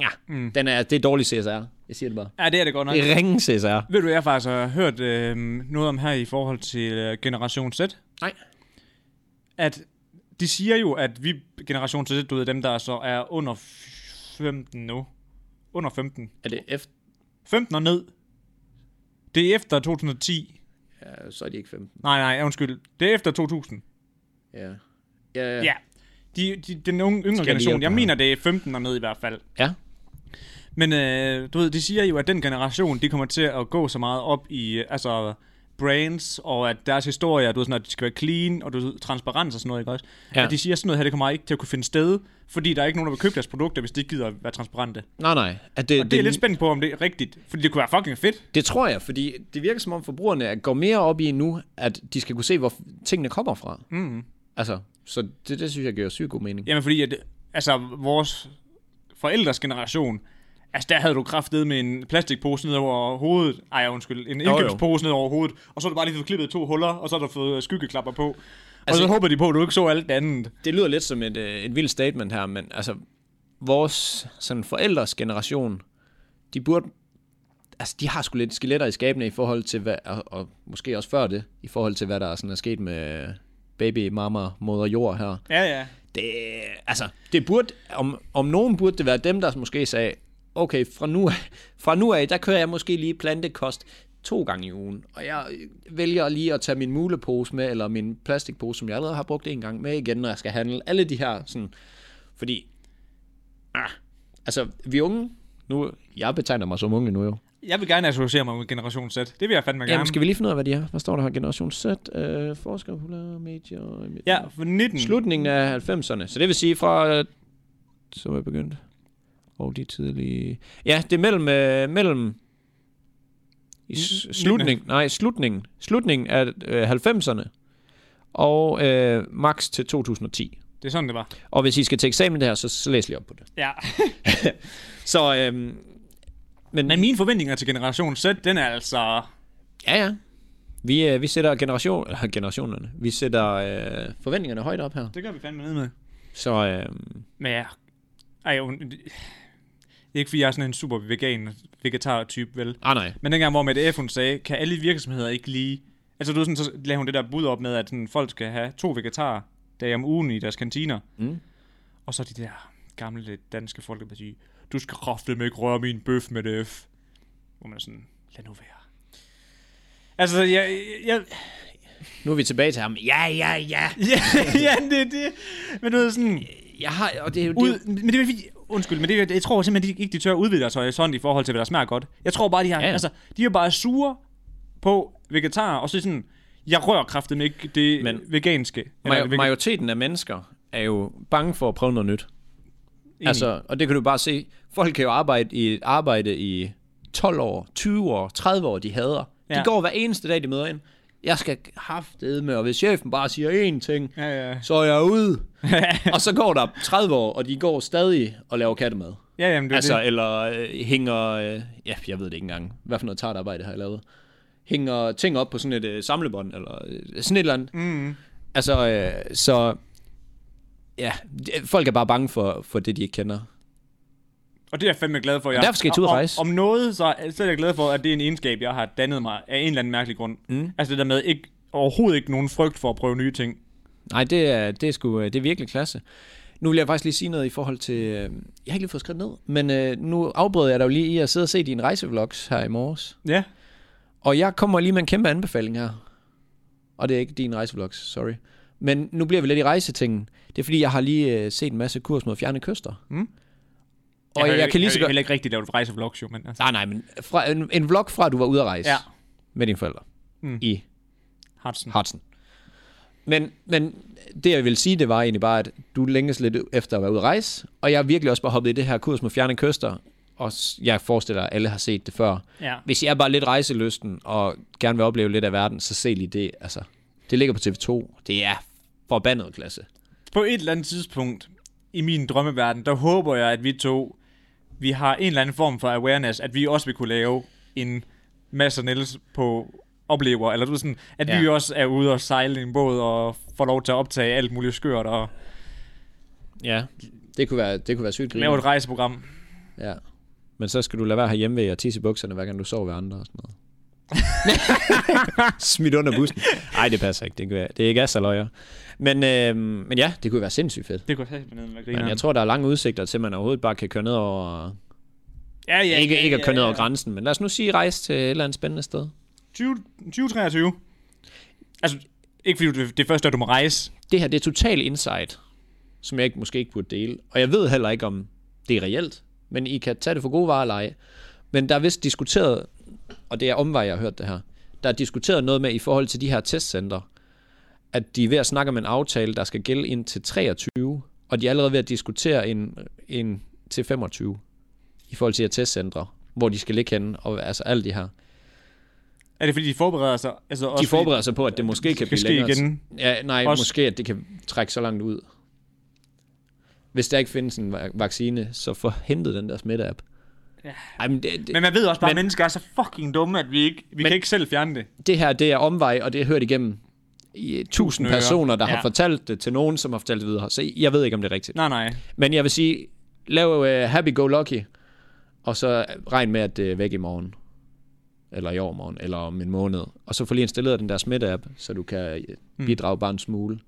Ja, mm. den er, det er dårlig CSR. Jeg siger det bare. Ja, det er det godt nok. Det er ringen CSR. Ved du, jeg faktisk har hørt øh, noget om her i forhold til øh, Generation Z? Nej. At de siger jo, at vi Generation Z, du ved, dem der så er under 15 nu. Under 15. Er det efter? 15 og ned. Det er efter 2010. Ja, så er de ikke 15. Nej, nej, undskyld. Det er efter 2000. Ja. Ja. Ja. De, de, den unge, yngre lige hjælpe generation, jeg ham? mener, det er 15 og ned i hvert fald. ja. Men øh, du ved, de siger jo, at den generation, de kommer til at gå så meget op i, øh, altså brands, og at deres historier, du ved, sådan, at de skal være clean, og du ved, transparens og sådan noget, ikke også? Ja. Ja. At de siger sådan noget her, det kommer ikke til at kunne finde sted, fordi der er ikke nogen, der vil købe deres produkter, hvis de ikke gider at være transparente. Det, Nej, nej. At det, det er jeg lidt spændt på, om det er rigtigt, fordi det kunne være fucking fedt. Det tror jeg, fordi det virker som om forbrugerne går mere op i nu, at de skal kunne se, hvor tingene kommer fra. Mm. Altså, så det, det synes jeg giver sygt god mening. Jamen fordi, at, altså vores forældres generation, altså der havde du kraftet med en plastikpose ned over hovedet, ej undskyld, en jo. indkøbspose ned over hovedet, og så har du bare lige fået klippet to huller, og så har du fået øh, skyggeklapper på. Altså- Altså, og så håber de på, at du ikke så alt det andet. Det lyder lidt som et, øh, et vildt statement her, men altså, vores sådan forældres generation, de burde, altså de har sgu lidt skeletter i skabene i forhold til, hvad, og, og måske også før det, i forhold til, hvad der sådan er sket med baby, mamma, moder jord her. Ja, ja. det, altså, det burde, om, om nogen burde det være dem, der måske sagde, okay, fra nu, af- fra nu af, der kører jeg måske lige plantekost to gange i ugen, og jeg vælger lige at tage min mulepose med, eller min plastikpose, som jeg allerede har brugt en gang med igen, når jeg skal handle. Alle de her, sådan, fordi, ah, altså, vi unge, nu, jeg betegner mig som unge nu jo. Jeg vil gerne associere mig med Generation Z. Det vil jeg fandme gerne. Jamen, skal vi lige finde ud af, hvad de er? Hvad står der her? Generation Z, øh, forskere, populære medier... Ja, for 19. Mm. slutningen af 90'erne. Så det vil sige fra, øh, som er begyndt, og de tidlige... Ja, det er mellem... Øh, mellem i s- slutningen, nej, slutningen, slutningen af øh, 90'erne og øh, max til 2010. Det er sådan, det var. Og hvis I skal til eksamen det her, så, så læs lige op på det. Ja. Så, øhm, men, Men mine forventninger til Generation Z, den er altså... ja, ja. Vi, øh, vi sætter generation, eller generationerne, vi sætter øh, forventningerne højt op her. Det gør vi fandme ned med. Så øh, Men ja... Ej, jo, det er ikke fordi, jeg er sådan en super vegan, vegetar-type, vel? ah nej, Men dengang, hvor Mette F. hun sagde, kan alle virksomheder ikke lige... Altså, du ved, sådan, så lagde hun det der bud op med, at sådan, folk skal have to vegetarer dage om ugen i deres kantiner. Mm. Og så de der gamle danske folk, der siger, du skal kraftedeme ikke røre min bøf, Mette F. Hvor man er sådan, lad nu være. Altså, jeg... jeg nu er vi tilbage til ham. Ja, ja, ja. ja, ja, det er det. Men du ved, sådan... Jeg har, og det er jo det, er Ud, jo- men det er fordi- undskyld, men det, er- jeg tror simpelthen de, ikke, de tør udvide deres horisont i forhold til, hvad der smager godt. Jeg tror bare, de har, Ja, ja. ja. altså, de er bare sure på vegetarer, og så sådan, jeg rører kraften ikke det Men- men, veganske. Eller Maj- det vega- majoriteten af mennesker er jo bange for at prøve noget nyt. Enig. Altså, og det kan du bare se. Folk kan jo arbejde i et arbejde i 12 år, 20 år, 30 år, de hader. Ja. De Ja. går hver eneste dag, de møder ind. Jeg skal haftede med, og hvis chefen bare siger én ting, ja. Ja, ja. så er jeg ude. og så går der 30 år, og de går stadig og laver kattemad. ja jamen, det, altså, Altså, det. eller øh, hænger, øh, ja, jeg ved det ikke engang, hvad for noget tart arbejde har jeg lavet. Hænger ting op på sådan et øh, samlebånd, eller øh, sådan et eller andet. Mm. Altså, øh, så, ja, de- folk er bare bange for, for det, de ikke kender. Og det er jeg fandme glad for, jeg. derfor skal I tage ud at og, rejse. Om, om noget, så, så er jeg glad for, at det er en egenskab, jeg har dannet mig af en eller anden mærkelig grund. Mm. Altså det der med ikke, overhovedet ikke nogen frygt for at prøve nye ting. Nej, det er, det er, sgu, øh, det er virkelig klasse. Nu vil jeg faktisk lige sige noget i forhold til, øh, jeg har ikke lige fået skrevet ned, men øh, nu afbrød jeg dig jo lige i at sidde og se dine rejsevlogs her i morges. Ja. Og jeg kommer lige med en kæmpe anbefaling her. Og det er ikke din rejsevlogs, sorry. Men nu bliver vi lidt i rejsetingen. Det er fordi, jeg har lige øh, set en masse kurs mod fjerne kyster. Mm. Og jeg, jeg kan lige så Jeg har godt... heller ikke rigtig lavet rejsevlogs, jo, men altså. Nej, nej, men fra, en, en vlog fra, at du var ude at rejse. Ja. med dine forældre Mm. mm. i Hudson. Hudson. Men, men det, jeg vil sige, det var egentlig bare, at du længes lidt efter at være ude at rejse, og jeg er virkelig også bare hoppet i det her kurs mod fjerne kyster, og s- jeg forestiller, at alle har set det før. Ja. Hvis I er bare lidt rejseløsten, og gerne vil opleve lidt af verden, så se lige det. Altså, det ligger på TV2. Det er forbandet klasse. På et eller andet tidspunkt i min drømmeverden, der håber jeg, at vi to, vi har en eller anden form for awareness, at vi også vil kunne lave en masse Niels på oplever, eller du ved sådan, at ja. vi Ja. også er ude og sejle i en båd og får lov til at optage alt muligt skørt og Mm. Ja, det kunne være, det kunne være sygt. lave griner. et rejseprogram. Ja. Men så skal du lade være herhjemme ved at tisse i bukserne, hver gang du sover ved andre og sådan noget. Smidt under bussen. Nej, det passer ikke. Det, kan være. det er ikke assaløjer. Men, øh, men ja, det kunne være sindssygt fedt. Det kunne jeg sætte med Men jeg tror, der er lange udsigter til, at man overhovedet bare kan køre ned over... ja, ja, Ja, ikke, ja, ikke at ja, køre ned ja. over grænsen, men lad os nu sige rejse til et eller andet spændende sted. 20 2023. Altså, ikke fordi du- det er første, at du må rejse. Det her, det er total insight, som jeg ikke, måske ikke burde dele. Og jeg ved heller ikke, om det er reelt, men I kan tage det for gode varer eller ej. Men der er vist diskuteret, og det er omvej, jeg har hørt det her, der er diskuteret noget med i forhold til de her testcenter, at de er ved at snakke om en aftale, der skal gælde ind til 23, og de er allerede ved at diskutere en, en til 25 i forhold til de her testcentre, hvor de skal ligge henne, og altså alt det her. Er det fordi, de forbereder sig? Altså, også De forbereder sig på, at det måske kan kan blive ske længere. igen. Ja, nej, Også- også. måske at det kan trække så langt ud. Hvis der ikke findes en va- vaccine, så få hentet den der smitte-app. Ja. Ej, men det, det, Men man ved også bare, at Men- mennesker er så fucking dumme, at vi ikke vi men, kan ikke selv fjerne det. det her, det er omvej, og det er hørt igennem i tusind øre. personer, der Ja. har fortalt det til nogen, som har fortalt det videre. Så jeg ved ikke, om det er rigtigt. Nej, nej. Men jeg vil sige, lav uh, happy-go-lucky, og så regn med, at det er væk i morgen. Eller i overmorgen, eller om en måned. Og så få lige installeret den der smitte-app, så du kan øh, bidrage bare en smule.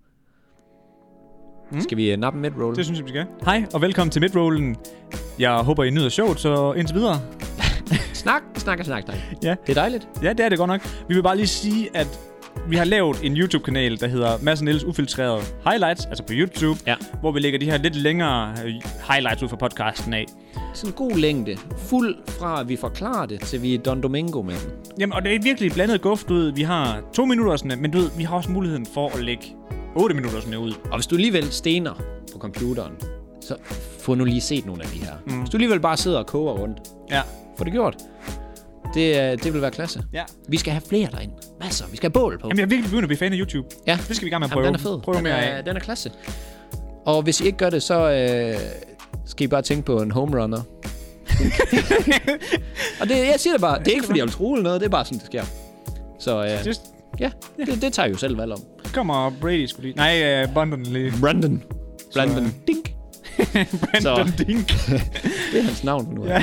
Mm. Skal vi uh, nappe en midroll? Det synes jeg, vi skal. Hej, og velkommen til Midrollen. Jeg håber, I nyder sjovt, så indtil videre. Snak, snak og snak dig. Ja. Det er dejligt. Ja, det er det godt nok. Vi vil bare lige sige, at vi har lavet en YouTube-kanal, der hedder Mads og Niels Ufiltrerede Highlights, altså på YouTube, Ja. hvor vi lægger de her lidt længere øh, highlights ud fra podcasten af. Sådan en god længde. Fuld fra, at vi forklarer det, til vi er Don Domingo med den. Jamen, og det er virkelig blandet guft ud. Vi har to minutter sådan, men du ved, vi har også muligheden for at lægge 8 minutter sådan ud. Og hvis du alligevel stener på computeren, så få nu lige set nogle af de her. Mm. Hvis du alligevel bare sidder og koger rundt, Ja. få det gjort. Det, øh, det vil være klasse. Ja. Vi skal have flere derinde. Masser. Vi skal have bål på. Jamen, jeg er virkelig begyndt at blive fan af YouTube. ja. Det skal vi i gang med at prøve. Jamen, den er fed. Prøve den, mere er, af. den er klasse. Og hvis I ikke gør det, så øh, skal I bare tænke på en home runner. og det, jeg siger det bare. Det er ikke, fordi jeg vil true eller noget. Det er bare sådan, det sker. Så øh, Just ja, det, det tager jeg jo selv valg om. kommer Brady skulle lige. Nej, uh, Bondon lige. Brandon. Brandon Dink. Brandon Så- Dink. Det er hans navn nu. Nej,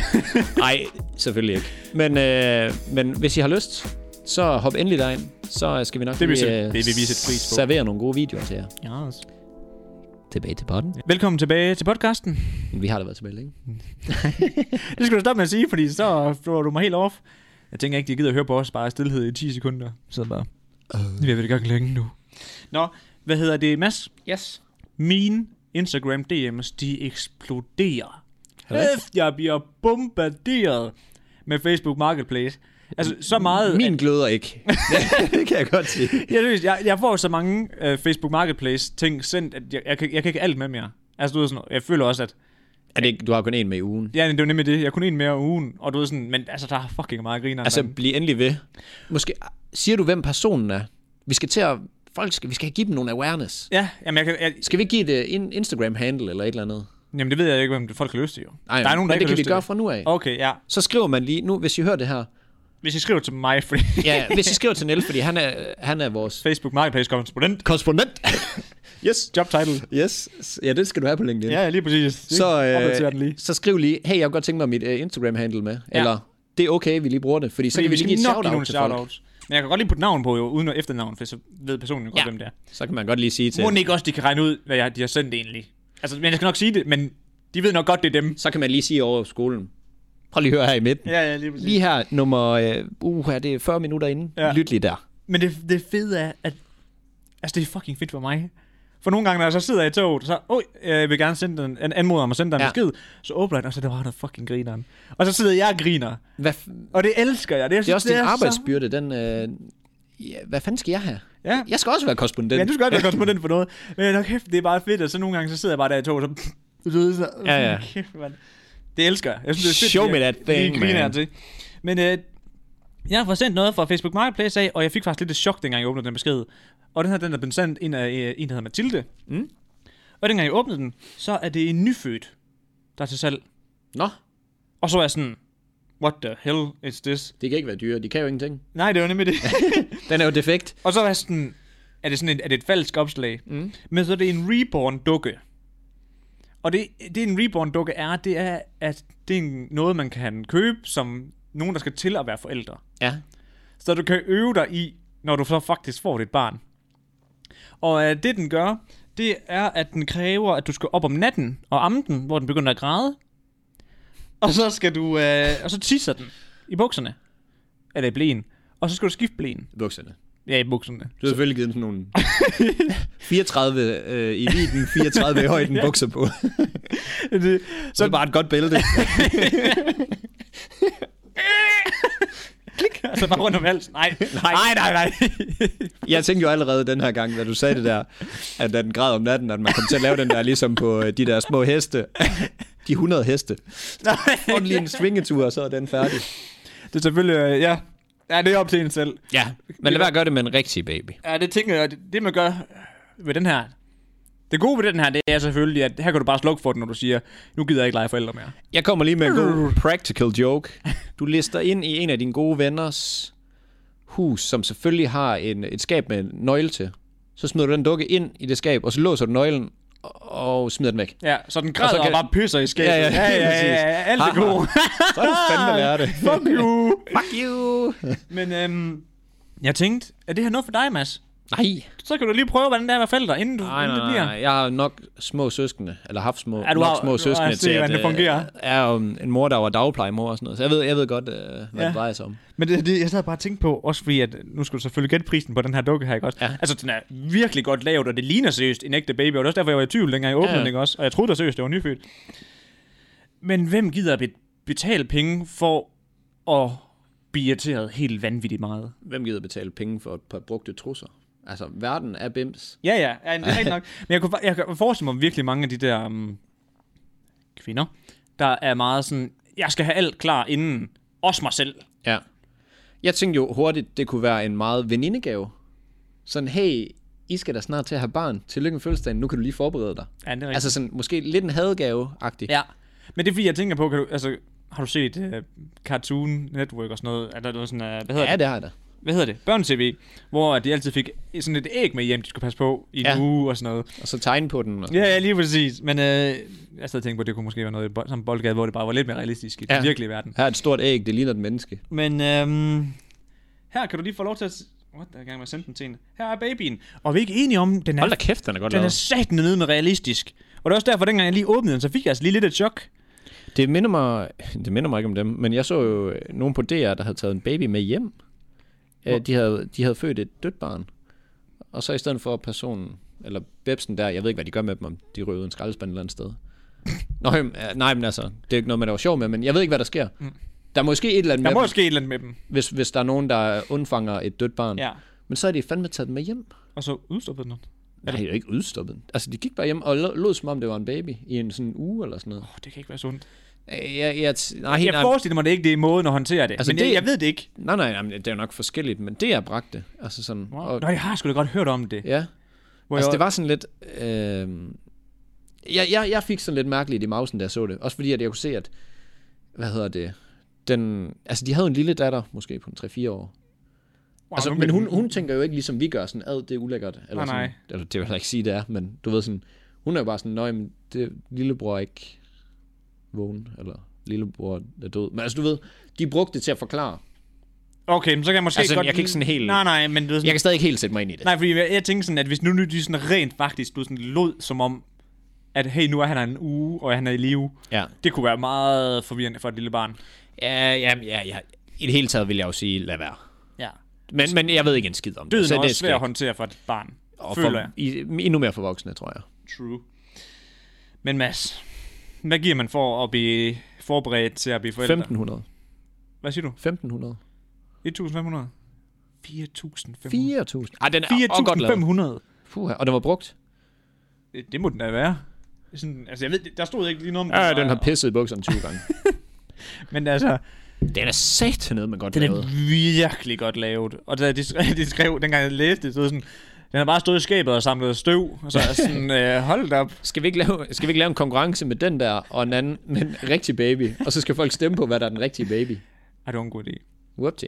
ja. selvfølgelig ikke. Men, øh, men hvis I har lyst, så hop endelig derind. Så øh, skal vi nok Det vil vi lige, sætte- det vil vi sætte pris på. servere nogle gode videoer til jer. yes. Tilbage til potten. Velkommen tilbage til podcasten. Vi har da været tilbage længe. Det skal du stoppe med at sige, fordi så flår du mig helt off. Jeg tænker ikke, de gider at høre på os bare i stillhed i 10 sekunder. Så bare, vi er ved det gang længe nu. Nå, hvad hedder det, Mads? Yes. Mine Instagram DM's, de eksploderer. det Hæft, jeg bliver bombarderet med Facebook Marketplace. Altså, så meget... Min gløder ikke. det kan jeg godt sige. Jeg, synes, jeg, jeg får så mange øh, Facebook Marketplace ting sendt, at jeg, jeg, kan, jeg kan ikke alt med mere. Altså, du ved sådan, jeg føler også, at Er det, ikke- du har kun en med i ugen. ja, det var nemlig det. Jeg kunne en mere om ugen, og du ved sådan, men altså, der er fucking meget griner. Altså, bliv endelig ved. Måske ah, siger du, hvem personen er. Vi skal til at... Folk skal, vi skal give dem nogle awareness. ja, jamen, jeg kan, jeg, Skal vi give det en Instagram-handle eller et eller andet? jamen, det ved jeg ikke, hvem folk har lyst til, jo. Nej, der er nogen, der men ikke det har kan vi lyst til gøre fra nu af. Okay, ja. Så skriver man lige nu, hvis I hører det her. Hvis I skriver til mig, fordi Ja, hvis I skriver til Niel, fordi han er, han er vores Facebook Marketplace korrespondent. korrespondent. Yes. Job title. yes. Ja, det skal du have på LinkedIn. Ja, lige præcis. så, Opdaterer den øh, lige. så skriv lige, hey, jeg kunne godt tænke mig mit øh, Instagram-handle med. Ja. Ja. Eller, det er okay, vi lige bruger det, fordi så Fordi kan vi lige give et nok give shout-out nogle til folk. shoutouts. Men jeg kan godt lige putte navn på, jo, uden at efternavn, for så ved personen jo godt, Ja. hvem det er. Så kan man godt lige sige til... Må den ikke også, de kan regne ud, hvad jeg, de har sendt egentlig? Altså, men jeg skal nok sige det, men de ved nok godt, det er dem. Så kan man lige sige over skolen. Prøv lige at høre her i midten. Ja, ja, lige præcis. Lige her, nummer... Øh, uh, er det 40 minutter inde? Ja. Ja. Lyt lige der. Men det, det fede er, at... Altså, det er fucking fedt for mig. For nogle gange, når jeg så sidder i toget, så Oj, jeg vil gerne sende den, an, anmoder om at sende dig en Ja. ja. besked. Så åbner jeg den, og så er det bare der fucking grineren. Og så sidder jeg og griner. Hvad f- Og det elsker jeg. Det, jeg det er også din så- arbejdsbyrde, den... Øh, ja, hvad fanden skal jeg have? Ja. Jeg skal også være korrespondent. Ja, du skal godt være korrespondent for noget. Men nok kæft, det er bare fedt, og så nogle gange, så sidder jeg bare der i toget, og så... Du ved, så Ja, ja. Kæft, mand. Det elsker jeg. jeg synes, det er fedt, Show det me er- that det er thing, grineren man. Til. Men øh, jeg har sendt noget fra Facebook Marketplace af, og jeg fik faktisk lidt et chok, dengang jeg åbnede den besked. Og den her, den er blevet sendt ind af øh, en, der hedder Mathilde. Mm. Og dengang jeg åbnede den, så er det en nyfødt, der er til salg. Nå, Og så er jeg sådan, what the hell is this? det kan ikke være dyre. De kan jo ingenting. Nej, det var nemlig det. Den er jo defekt. og så er jeg sådan, er det sådan et, er det et falsk opslag? Mm. Men så er det en reborn-dukke. Og det, det en reborn-dukke er, det er, at det er en- noget, man kan købe som nogen, der skal til at være forældre. Ja. Så du kan øve dig i, når du så faktisk får dit barn. Og øh, det den gør, det er, at den kræver, at du skal op om natten og amme den, hvor den begynder at græde. Og så skal du, øh, og så tisser den i bukserne. Eller i blæen. Og så skal du skifte blæen. Bukserne. Ja, i bukserne. Du har selvfølgelig givet dem sådan nogle 34 øh, i viden, 34 i højden bukser på. Det, Så er det bare et godt bælte. altså bare rundt om halsen. Nej, nej, nej, nej. Jeg tænkte jo allerede den her gang, da du sagde det der, at da den græd om natten, at man kom til at lave den der, ligesom på øh, de der små heste. De 100 heste. nej. Få lige en svingetur, og så er den færdig. Det er selvfølgelig, øh, ja. Ja, det er op til en selv. Ja, men lad være at gøre det med en rigtig baby. Ja, det tænker jeg, det, det man gør ved den her. Det gode ved den her, det er selvfølgelig, at her kan du bare slukke for den, når du siger, nu gider jeg ikke lege forældre mere. Jeg kommer lige med en god practical joke. Du lister ind i en af dine gode venners hus, som selvfølgelig har en, et skab med en nøgle til. Så smider du den dukke ind i det skab, og så låser du nøglen og og smider den væk. Ja, så den græder og, kan- bare pisser i skabet. Ja, ja, ja, ja, præcis. ja, ja alt er Ha, ha. gode. Så er du fandme lærer det. Fuck you. Fuck you! Men øhm, jeg tænkte, er det her noget for dig, Mads? Nej, Så kan du lige prøve, hvordan det er med forældre, inden, du, nej, inden det nej, bliver. nej. Jeg har nok små søskende, eller haft små, Ja, du nok har- du små har søskende set, til, hvordan det øh, fungerer. er jo en mor, der var dagplejemor og sådan noget. Så jeg ved, jeg ved godt, øh, hvad Ja. det drejer sig om. Men det, det, jeg sad bare og tænkte på, også fordi, at nu skal du selvfølgelig gætte prisen på den her dukke her, ikke også? Ja. Ja. Altså, den er virkelig godt lavet, og det ligner seriøst en ægte baby, og det er også derfor, jeg var i tvivl, dengang jeg åbnede Ja, ja. ja. den, ikke også? Og jeg troede da seriøst, det var nyfødt. Men hvem gider at be- betale penge for at blive irriteret helt vanvittigt meget? Hvem gider betale penge for et par brugte trusser? Altså, verden er bims. Ja, ja, ja det er rigtig nok. Men jeg kunne, fa- jeg kan forestille mig virkelig mange af de der um, kvinder, der er meget sådan, jeg skal have alt klar inden, også mig selv. Ja. Jeg tænkte jo hurtigt, det kunne være en meget venindegave. Sådan, hey, I skal da snart til at have barn. Tillykke med fødselsdagen, nu kan du lige forberede dig. Ja, det er rigtigt. Altså sådan, måske lidt en hadegave-agtig. Ja. Men det er fordi, jeg tænker på, kan du, altså, har du set uh, Cartoon Network og sådan noget? Er der noget sådan, uh, hvad, hedder ja, ja. det? det har jeg da. hvad hedder det? Børne-TV, hvor at de altid fik sådan et æg med hjem, de skulle passe på i Ja. ja. en uge og sådan noget. Og så tegne på den. Og... Ja, ja, lige præcis. Men uh, jeg sad og tænkte på, at det kunne måske være noget i bo- som boldgade, hvor det bare var lidt mere realistisk i ja. Ja. den virkelige verden. Her er et stort æg, det ligner et menneske. Men øhm, her kan du lige få lov til at... s- What, der er i gang med at sende den til en. Her er babyen. Og er vi ikke enige om, den er, Hold da kæft, den er godt den er lavet. satan nede med realistisk. Og det er også derfor, dengang jeg lige åbnede den, så fik jeg altså lige lidt et chok. Det minder, mig, det minder mig ikke om dem, men jeg så jo øh, nogen på DR, der havde taget en baby med hjem. Øh, De havde, de havde født et dødt barn. Og så i stedet for personen, eller bebsen der, jeg ved ikke, hvad de gør med dem, om de ryger ud i en skraldespand et eller andet sted. Nå, jamen, øh, nej, men altså, det er ikke noget, man er sjov med, men jeg ved ikke, hvad der sker. Der er måske et eller andet Mm. Der med må dem, jo ske et eller andet med dem. hvis, hvis der er nogen, der undfanger et dødt barn. Ja. Men så er de fandme taget dem med hjem. Og så udstoppede den. Nej, det er jo ikke udstoppet. Altså, de gik bare hjem og lå, lod som om, det var en baby i en sådan uge eller sådan noget. Oh, det kan ikke være sundt. Øh, Jeg, jeg, t- nej, Jeg nej, forestiller mig det ikke, det er måden at håndtere det. Altså, Altså, men det... det- Jeg, jeg ved det ikke. Nej, nej, nej, men det er jo nok forskelligt, men det jeg bragte, altså sådan, wow. Wow. og, Nå, jeg har sgu da godt hørt om det. ja, Hvor altså jeg... det var sådan lidt, øh, jeg, jeg, jeg fik sådan lidt mærkeligt i mausen, da jeg så det, også fordi at jeg kunne se, at, hvad hedder det, den, altså de havde en lille datter, måske på en 3-4 år, wow, altså, nu men blev hun, den- hun tænker jo ikke ligesom vi gør, sådan, ad, det er ulækkert, eller Nej, sådan, nej. eller det vil jeg ikke sige, det er, men du ved sådan, hun er jo bare sådan, nøj, men det, lillebror er ikke vågen, eller lillebror er død, men altså du ved, de brugte det til at forklare, Okay, men så kan jeg måske Altså, godt... jeg kan ikke sådan helt- Nej, nej, men du ved sådan... jeg kan stadig ikke helt sætte mig ind i det. Nej, fordi jeg, jeg tænkte sådan, at hvis nu, nu de sådan rent faktisk blev sådan lod, som om, at hey, nu er han her en uge, og han er i live. Ja. Det kunne være meget forvirrende for et lille barn. Ja, ja, ja, ja. I det hele taget vil jeg jo sige, lad være. Ja. Men, men jeg ved ikke en skid om det. Døden er Altså, det også skal svær at jeg- håndtere for et barn. Og Føler for, jeg. i, endnu mere for voksne, tror jeg. True. Men Mads, hvad giver man for at blive forberedt til at blive forældre? 1500. Hvad siger du? 1500. 1500? 4500? 4000. Ej, Ah, den er også godt lavet. 4500? Puha, og den var brugt. Det, det må den da være. Sådan, altså, jeg ved, det- der stod ikke lige noget om Ja, var- den har pisset i bukserne 20 gange. Men altså, den er sat ned, man godt den lavet. er virkelig godt lavet. Og da de skrev, de skrev dengang jeg læste det, så var det sådan, den har bare stået i skabet og samlet støv. Og så er jeg sådan, øh, hold da op. Skal vi, ikke lave, skal vi ikke lave en konkurrence med den der og en anden med en rigtig baby? Og så skal folk stemme på, hvad der er den rigtige baby. Ej, det var en god idé. Whoopty.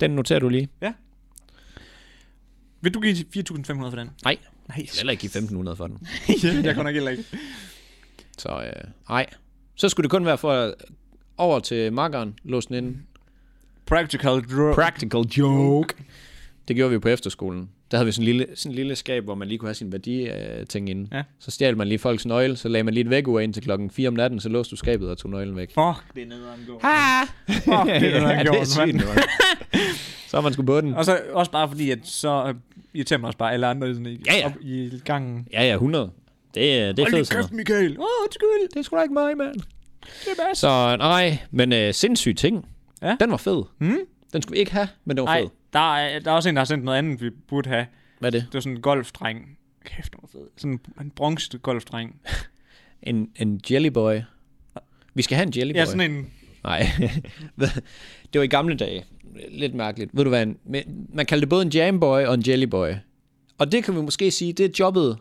Den noterer du lige. Vil du give 4.500 for den? Nej, Nej, jeg vil heller ikke give 1500 for den. jeg kan nok heller ikke. Så øh, nej. Så skulle det kun være for at over til makkeren, låse den Mhm. inde. Practical draw. Practical joke. Det gjorde vi jo på efterskolen. Der havde vi sådan en lille, sådan en lille skab, hvor man lige kunne have sine værditing inde. Ja. Så stjal man lige folks nøgle, så lagde man lige et vækkeur ind til klokken 4 om natten, så låste du skabet og tog nøglen væk. Fuck, det er nederen gård. Ah! Fuck, det er nederen det er gård, sygt, mand. mand. Så er man sgu på den. Og så også bare fordi, at så øh, irriterer man også bare alle andre sådan i, Ja, ja. Op i gangen. Ja, ja, 100. Det, er- det er Hold lige fedt sådan kæft, noget. Michael. Åh, oh, undskyld. Det er sgu da ikke mig, mand. Det er bedst. Så nej, men øh, sindssyge ting. Ja. Den var fed. Hmm? Den skulle vi ikke have, men den var Nej, fed. der er, der er også en, der har sendt noget andet, vi burde have. Hvad er det? Det var sådan en golfdreng. Kæft, hvor fed. Sådan en bronze golfdreng. En, en jellyboy. Vi skal have en jellyboy. Ja, sådan en... Nej. Hvad- det var i gamle dage. Lidt mærkeligt. Ved du hvad? En, men man kaldte det både en jamboy og en jellyboy. Og det kan vi måske sige, det er jobbet,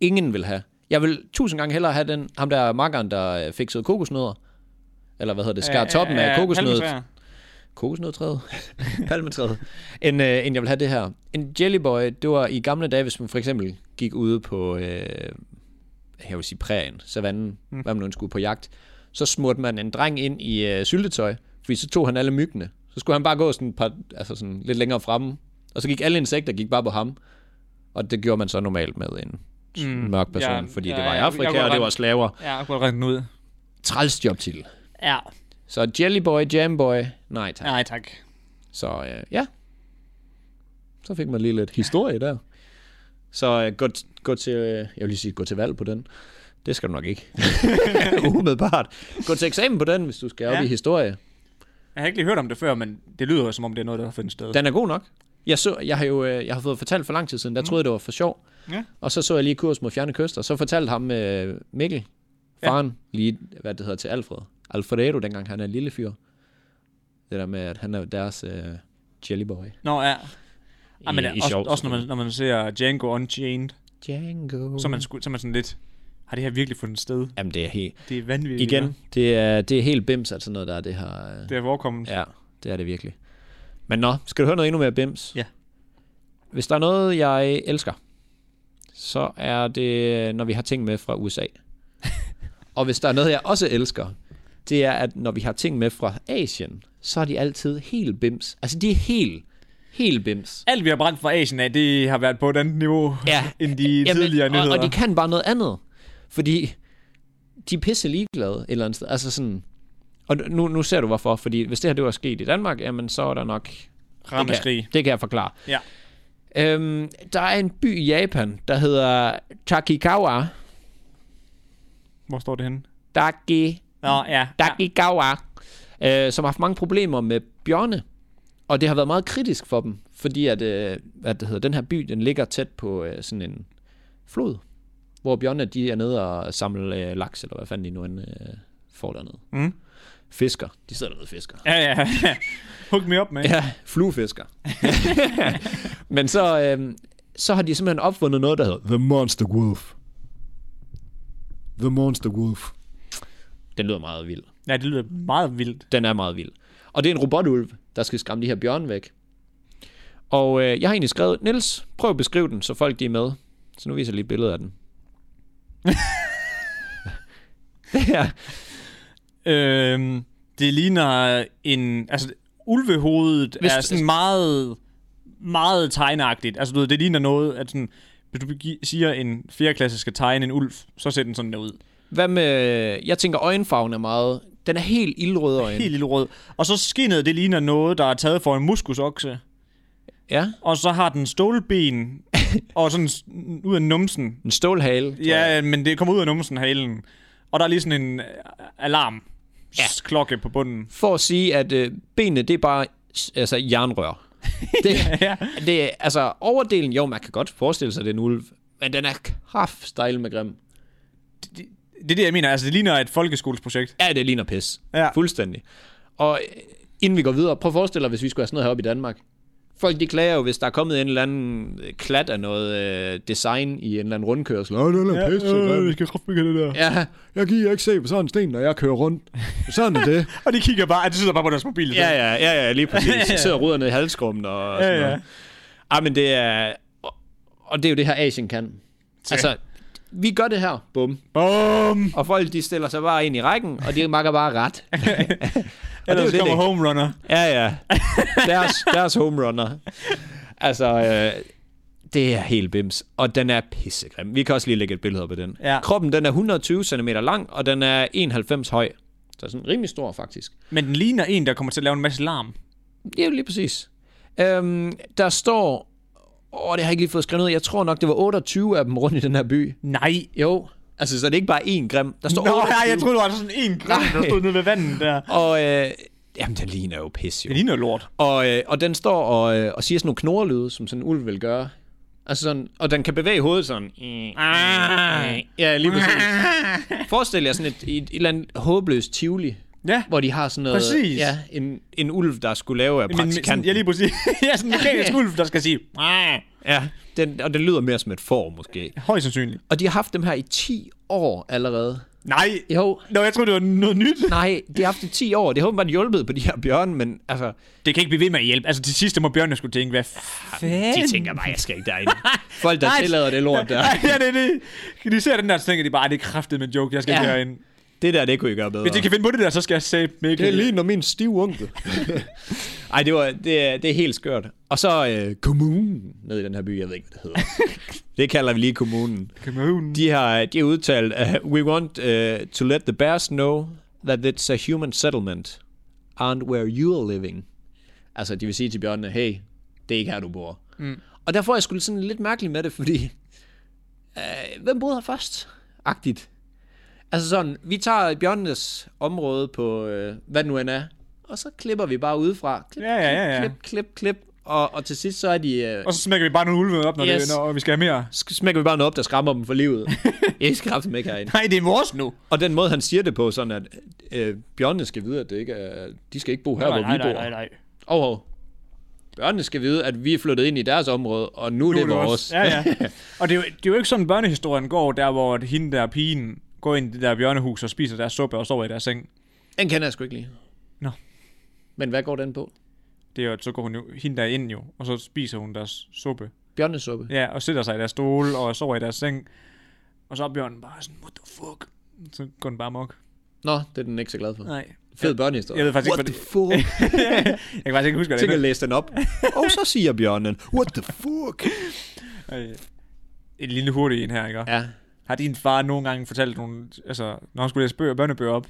ingen vil have. Jeg vil tusind gange hellere have den, ham der makkeren, der øh, fiksede kokosnødder. Eller hvad hedder det? øh, Skar toppen af kokosnødet halmtræer. kokosnødtræet, palmetræet, end, øh, end jeg vil have det her. En jellyboy, det var i gamle dage, hvis man for eksempel gik ude på, øh, jeg vil sige prærien, savannen, mm. hvad man nu skulle på jagt, så smurte man en dreng ind i øh, syltetøj, fordi så tog han alle myggene. Så skulle han bare gå sådan, et par, altså sådan lidt længere fremme, og så gik alle insekter gik bare på ham. Og det gjorde man så normalt med en Mm. mm. mørk person, Ja, ja, fordi ja, ja, det var i ja, jeg Afrika, kunne og det godt- var slaver. Ja, jeg kunne godt regne den ud. Træls job til. Ja. Så jellyboy, jamboy, nej tak. Nej, tak. Så øh, ja, så fik man lige lidt historie der. Så øh, gå, t- gå til, øh, jeg vil lige sige, gå til valg på den. Det skal du nok ikke. Umiddelbart. Gå til eksamen på den, hvis du skal op Ja. ja. i historie. Jeg har ikke lige hørt om det før, men det lyder jo, som om det er noget, der har fundet sted. Den er god nok. Jeg, så, jeg har jo øh, jeg har fået fortalt for lang tid siden, der troede jeg, det var for sjov. Ja. Og så så jeg lige kurs mod fjerne kyster, så fortalte ham øh, Mikkel, faren, ja. lige, hvad det hedder til Alfred. Alfredo, dengang han er en lille fyr. Det der med, at han er deres øh, jellyboy. Nå, ja. Ja, men også, sjov, også når, man, når man ser Django Unchained, Django. så, er man, sku- så er man sådan lidt, har det her virkelig fundet sted? Jamen, det er helt... Det er vanvittigt. Igen, det det er, det er helt bims, at sådan noget der er det her... øh, her. Det er forekommet. Ja. Ja, det er det virkelig. Men nå, skal du høre noget endnu mere bims? Ja. Hvis der er noget, jeg elsker, så er det, når vi har ting med fra USA. Og hvis der er noget, jeg også elsker, det er, at når vi har ting med fra Asien, så er de altid helt bims. Altså, de er helt, helt bims. Alt, vi har brændt fra Asien af, det har været på et andet niveau, Ja, end de tidligere og, nyheder. og de kan bare noget andet. Fordi de er pisse ligeglade et eller andet sted. Altså sådan... Og nu, nu ser du hvorfor. Fordi hvis det her det var sket i Danmark, jamen så er der nok... Det Rammeskrig. kan, det kan jeg forklare. Ja. Øhm, der er en by i Japan, der hedder Takikawa. Hvor står det henne? Taki, Nå, ja. ja. Takikawa. Øh, som har haft mange problemer med bjørne. Og det har været meget kritisk for dem. Fordi at, øh, hvad det hedder, den her by, den ligger tæt på øh, sådan en flod. Hvor bjørnene, de er nede og samler øh, laks, eller hvad fanden de nu end øh, får dernede. Mm. Fisker. De sidder dernede og fisker. Ja, ja, ja. Hook me up, man. Ja. Ja, fluefisker. Men så, øh, så har de simpelthen opfundet noget, der hedder The Monster Wolf. The Monster Wolf. Den lyder meget vild. ja, det lyder meget vildt. Den er meget vild. Og det er en robotulv, der skal skræmme de her bjørne væk. Og øh, jeg har egentlig skrevet, Niels, prøv at beskrive den, så folk de er med. Så nu viser jeg lige et billede af den. det her, Øhm, det ligner en... Altså, ulvehovedet Hvis, Hvis- er sådan meget, meget tegnagtigt. Altså, du ved, det ligner noget, at sådan... Hvis du gi- siger, en 4. klasse skal tegne en ulv, så ser den sådan der ud. hvad med, jeg tænker øjenfarven er meget, den er helt ildrød øjne. Helt lille rød. Og så skinnet, det ligner noget, der er taget for en muskusokse. Ja, Og så har den stålben, og sådan s- ud af numsen. En stålhale. tror jeg. Ja, men det kommer ud af numsen, halen. Og der er lige sådan en øh, alarm Ja. klokke på bunden. For at sige, at øh, benene, det er bare s- altså, jernrør. Det, Ja. det, er- altså, overdelen, jo, man kan godt forestille sig, det er en ulv. Men den er kraftstejl med grim. Det er det, jeg mener. Altså, det ligner et folkeskolesprojekt. Ja, det ligner pis. Ja. Fuldstændig. Og øh, inden vi går videre, prøv at forestille dig, hvis vi skulle have sådan noget heroppe i Danmark. Folk de klager jo, hvis der er kommet en eller anden øh, klat af noget øh, design i en eller anden rundkørsel. Nå, det Ja, øh, vi skal kraftbygge det der. Ja, Jeg giver ikke se på sådan en sten, når jeg kører rundt. Sådan er det. Og de kigger bare, at de sidder bare på deres mobil. ja, ja, ja, ja lige præcis. ja. Så sidder og ruder ned i halskrummen og sådan ja, ja. noget. Ej, men det er... og- Og det er jo det her, Asien kan. Altså, vi gør det her, bum. Bum! Og folk, de stiller sig bare ind i rækken, og de makker bare ret. og Ellers det. kommer home runner. Ja, ja. Deres, deres home runner. Altså, øh, det er helt bims. Og den er pissegrim. Vi kan også lige lægge et billede op af den. Ja. Kroppen, den er 120 cm lang, og den er 91 høj. Så sådan rimelig stor, faktisk. Men den ligner en, der kommer til at lave en masse larm. Det er jo lige præcis. Øhm, der står... Åh, det har jeg ikke lige fået skrevet ud. Jeg tror nok, det var 28 af dem rundt i den her by. Nej. Jo. Altså, så det er ikke bare én grim. Der står Nå, 28. nej, jeg troede, det var sådan en grim, der Nej. stod nede ved vandet der. Og øh, jamen, den ligner jo pis, jo. Det ligner jo lort. Og, øh, og den står og, øh, og siger sådan nogle knorrelyde, som sådan en ulv vil gøre. Altså sådan, og den kan bevæge hovedet sådan. Ja, lige præcis. Forestil jer sådan et, et, et eller andet håbløst tivoli, Ja, hvor de har sådan noget... Præcis. Ja, en, en ulv, der skulle lave af men sådan, praktikanten. jeg lige på at sige, ja, sådan en mekanisk ulv, der skal sige, "Ah, Ja, den, og det lyder mere som et får, måske. højst sandsynligt. Og de har haft dem her i 10 år allerede. Nej. Jo, Nå, jeg troede, det var noget nyt. nej, de har haft det i 10 år. Det har åbenbart hjulpet på de her bjørne, men altså... Det kan ikke blive ved med at hjælpe. Altså, til sidst må bjørnene skulle tænke, hvad fanden? De tænker bare, jeg skal ikke derind. Folk, der Nej. tillader det lort der. ja, det er det. De ser den der, så tænker de bare, "Ej, det er kraftet med en joke, jeg skal Ja. ja. herind. Det der, det kunne I gøre bedre. Hvis de kan finde på det der, så skal jeg sæbe mig. Det ligner min stive onkel. Ej, det, var, det, er- det er helt skørt. Og så øh, kommunen nede i den her by, jeg ved ikke, hvad det hedder. det kalder vi lige kommunen. De har de har udtalt, uh, we want uh, to let the bears know that it's a human settlement, aren't where you are living. Altså, de vil sige til bjørnene, hey, det er ikke her, du bor. Mm. Og derfor er jeg skulle sådan lidt mærkelig med det, fordi, uh, hvem boede her først? Agtigt. Altså sådan, vi tager bjørnenes område på, øh, hvad det nu end er, og så klipper vi bare udefra. Klip, Ja, ja, ja, ja. klip, klip, klip. Og, og til sidst så er de... Øh, Og så smækker vi bare nogle ulve op, når, yes. Yes. det, når vi skal have mere. sk- smækker vi bare noget op, der skræmmer dem for livet. Jeg skal kraftedeme ikke herinde. Nej, det er vores nu. Og den måde, han siger det på, sådan at øh, bjørnene skal vide, at det ikke er, de skal ikke bo her, hvor vi bor. nej. Og og Børnene skal vide, at vi er flyttet ind i deres område, og nu, nu det er det vores. Ja, ja. Og det er, jo, det er jo ikke sådan, børnehistorien går, der hvor hende der pigen går ind i det der bjørnehus og spiser deres suppe og sover i deres seng. Den kender jeg sgu ikke lige. Nå. Men hvad går den på? Det er jo, at så går hun jo, hende der ind jo, og så spiser hun deres suppe. Bjørnesuppe. Ja, og sætter sig i deres stole og sover i deres seng. Og så er bjørnen bare sådan, what the fuck? Så går den bare mok. Nå, det er den ikke så glad for. Nej. Fed børnehistorie. Jeg ved faktisk What ikke, the fuck? Jeg kan faktisk ikke huske, hvad Tænk det at læse den op. Og så siger bjørnen, what the fuck? er. Øh, En lille hurtig en her, ikke? Ja, Har din far nogle gange fortalt nogle... Altså, når han skulle læse bøger, børnebøger op,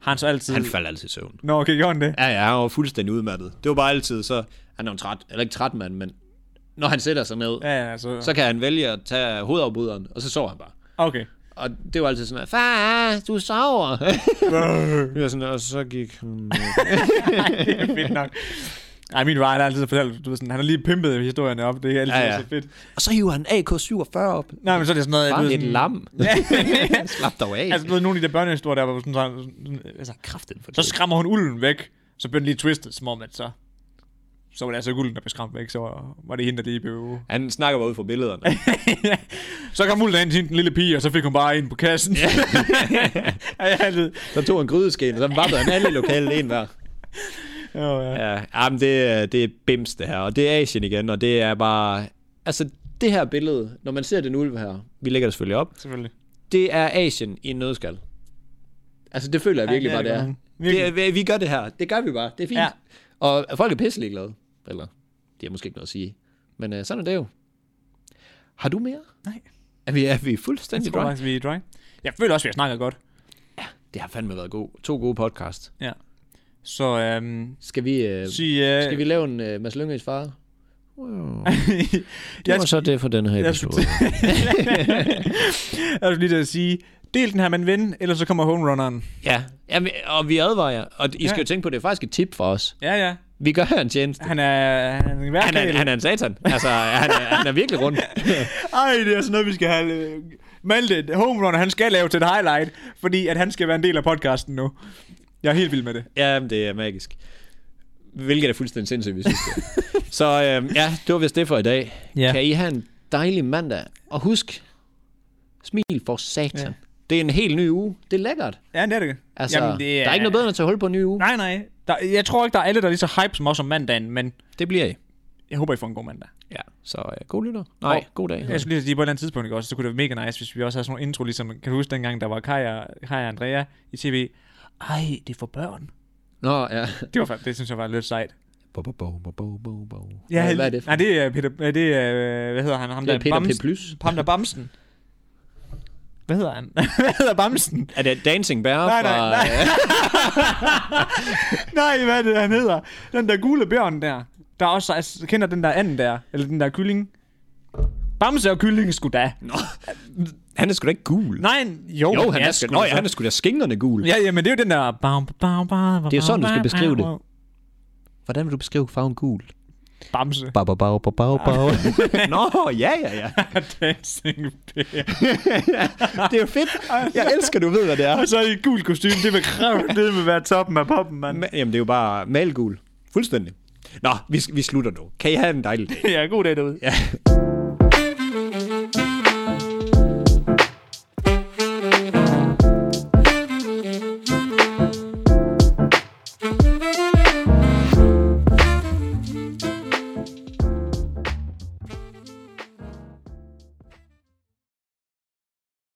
har han så altid... han faldt altid i søvn. Nå, okay, gjorde han det? Ja, ja, han var fuldstændig udmattet. Det var bare altid så, han er jo en træt, eller ikke træt mand, men når han sætter sig ned, Ja, altså, ja, så... så kan han vælge at tage hovedafbryderen, og så sover han bare. Okay. Og det var altid sådan, at, far, du sover. Jeg var sådan, og så gik han. det er fedt nok. Ej, min Ryan har altid fortalt, du ved sådan, han har lige pimpet historierne op, det er altid Ja, ja, ja. ja. så fedt. Og så hiver han AK-47 op. Nej, men så er det sådan noget, Bare du ved et sådan, lam. Slap dog af. altså du ved, nogle af de der børnehistorier, der var sådan, sådan, sådan altså, kraften for så skræmmer hun ulden væk, så blev den lige twistet, som om at så, så var det altså ikke ulden, der blev skræmt væk, så var det hende, der lige blev... Han snakker bare ud fra billederne. Så kom ulden ind til hende, den lille pige, og så fik hun bare en på kassen. Ja. ja, altid. Så tog han grydeske, og så vappede han alle lokale en hver. Jo, ja. Ja, jamen det, er- det er bims det her, og det er Asien igen, og det er bare... Altså det her billede, når man ser den ulv her, vi lægger det selvfølgelig op, Selvfølgelig. det er Asien i en nødskal. Altså det føler jeg Ja, virkelig det er bare, det det er. godt nok. Det er. vi- Vi gør det her, det gør vi bare, det er fint. Ja. Ja. Og folk er pisselig glade. Eller, det er måske ikke noget at sige. Men øh, sådan er det jo. Har du mere? Nej. Er vi, er vi Jeg fuldstændig tror dry? faktisk, vi er dry. Jeg føler også, vi har snakket godt. Det har fandme været god. to gode podcast. Så øhm, Skal vi, øh, sig... Øh, skal vi lave en øh, Mads Lyngøs far? Det Jeg var så det for den her jeg episode. jeg skulle lige til at sige, del den her med en ven, ellers så kommer home runneren. Ja, Jamen, og vi advarer jer. Og I skal Ja. jo tænke på, det er faktisk et tip for os. Ja, ja. Vi gør jer en tjeneste. Han er, han er en Han er, værkæl. han er en satan. Altså, han er, han er virkelig rund. Ej, det er sådan noget, vi skal have... øh, Malte, home runner, han skal lave til et highlight, fordi at han skal være en del af podcasten nu. Jeg er helt vild med det. Ja, men det er magisk. Hvilket er fuldstændig sindssygt, hvis vi skal. Så øh, ja, det var vist det for i dag. Ja. Kan I have en dejlig mandag. Og husk, smil for satan. Ja. Det er en helt ny uge. Det er lækkert. Ja, det er det. Altså, Jamen, det er... der er ikke noget bedre end at tage hul på en ny uge. Nej, nej. Der, jeg tror ikke, der er alle, der er lige så hype som os om mandagen, men Det bliver I. jeg håber, I får en god mandag. Ja, så øh, god lytter. Nej, Og- god dag. Jeg skulle lige sige, på et eller andet tidspunkt, ikke også, så kunne det være mega nice, hvis vi også havde sådan nogle intro, ligesom, kan du huske dengang, der var Kaja, Kaja og Andrea i tv? Ej, det er for børn. Nå, ja. Det var fandme, det synes jeg var lidt sejt. Bo, bo, bo, bo, bo, bo, bo. Ja, Hvad- hvad er det for? Nej, det er Peter, øh, det er, øh, hvad hedder han, ham Det er der Peter P. Bamsen. Plus. Ham der Bamsen. Hvad hedder han? hvad hedder Bamsen? Er det Dancing Bear? Nej, nej, fra- nej. Nej, hvad er det, han hedder? Den der gule bjørn der. Der er også, altså, kender den der anden der, eller den der kylling. Bamse og kylling sgu da. Nå, han er sgu da ikke gul. Nej, jo, jo, han er, sgu, nå, ja, da. han er sgu da skingerne gul. Ja, ja, men det er jo den der... Bam, bam, bam, Det er sådan, du skal beskrive det. Hvordan vil du beskrive farven gul? Bamse. Bau, bau, bau, bau, bau, bau. Nå, ja, ja, ja. Dancing bear. Det er jo fedt. Jeg elsker, du ved, hvad det er. Og så i gul kostume, det vil kræve det med være toppen af poppen, mand. Ma- Jamen, det er jo bare malgul. Fuldstændig. Nå, vi, vi slutter nu. Kan I have en dejlig dag? Ja, god dag derude. Ja.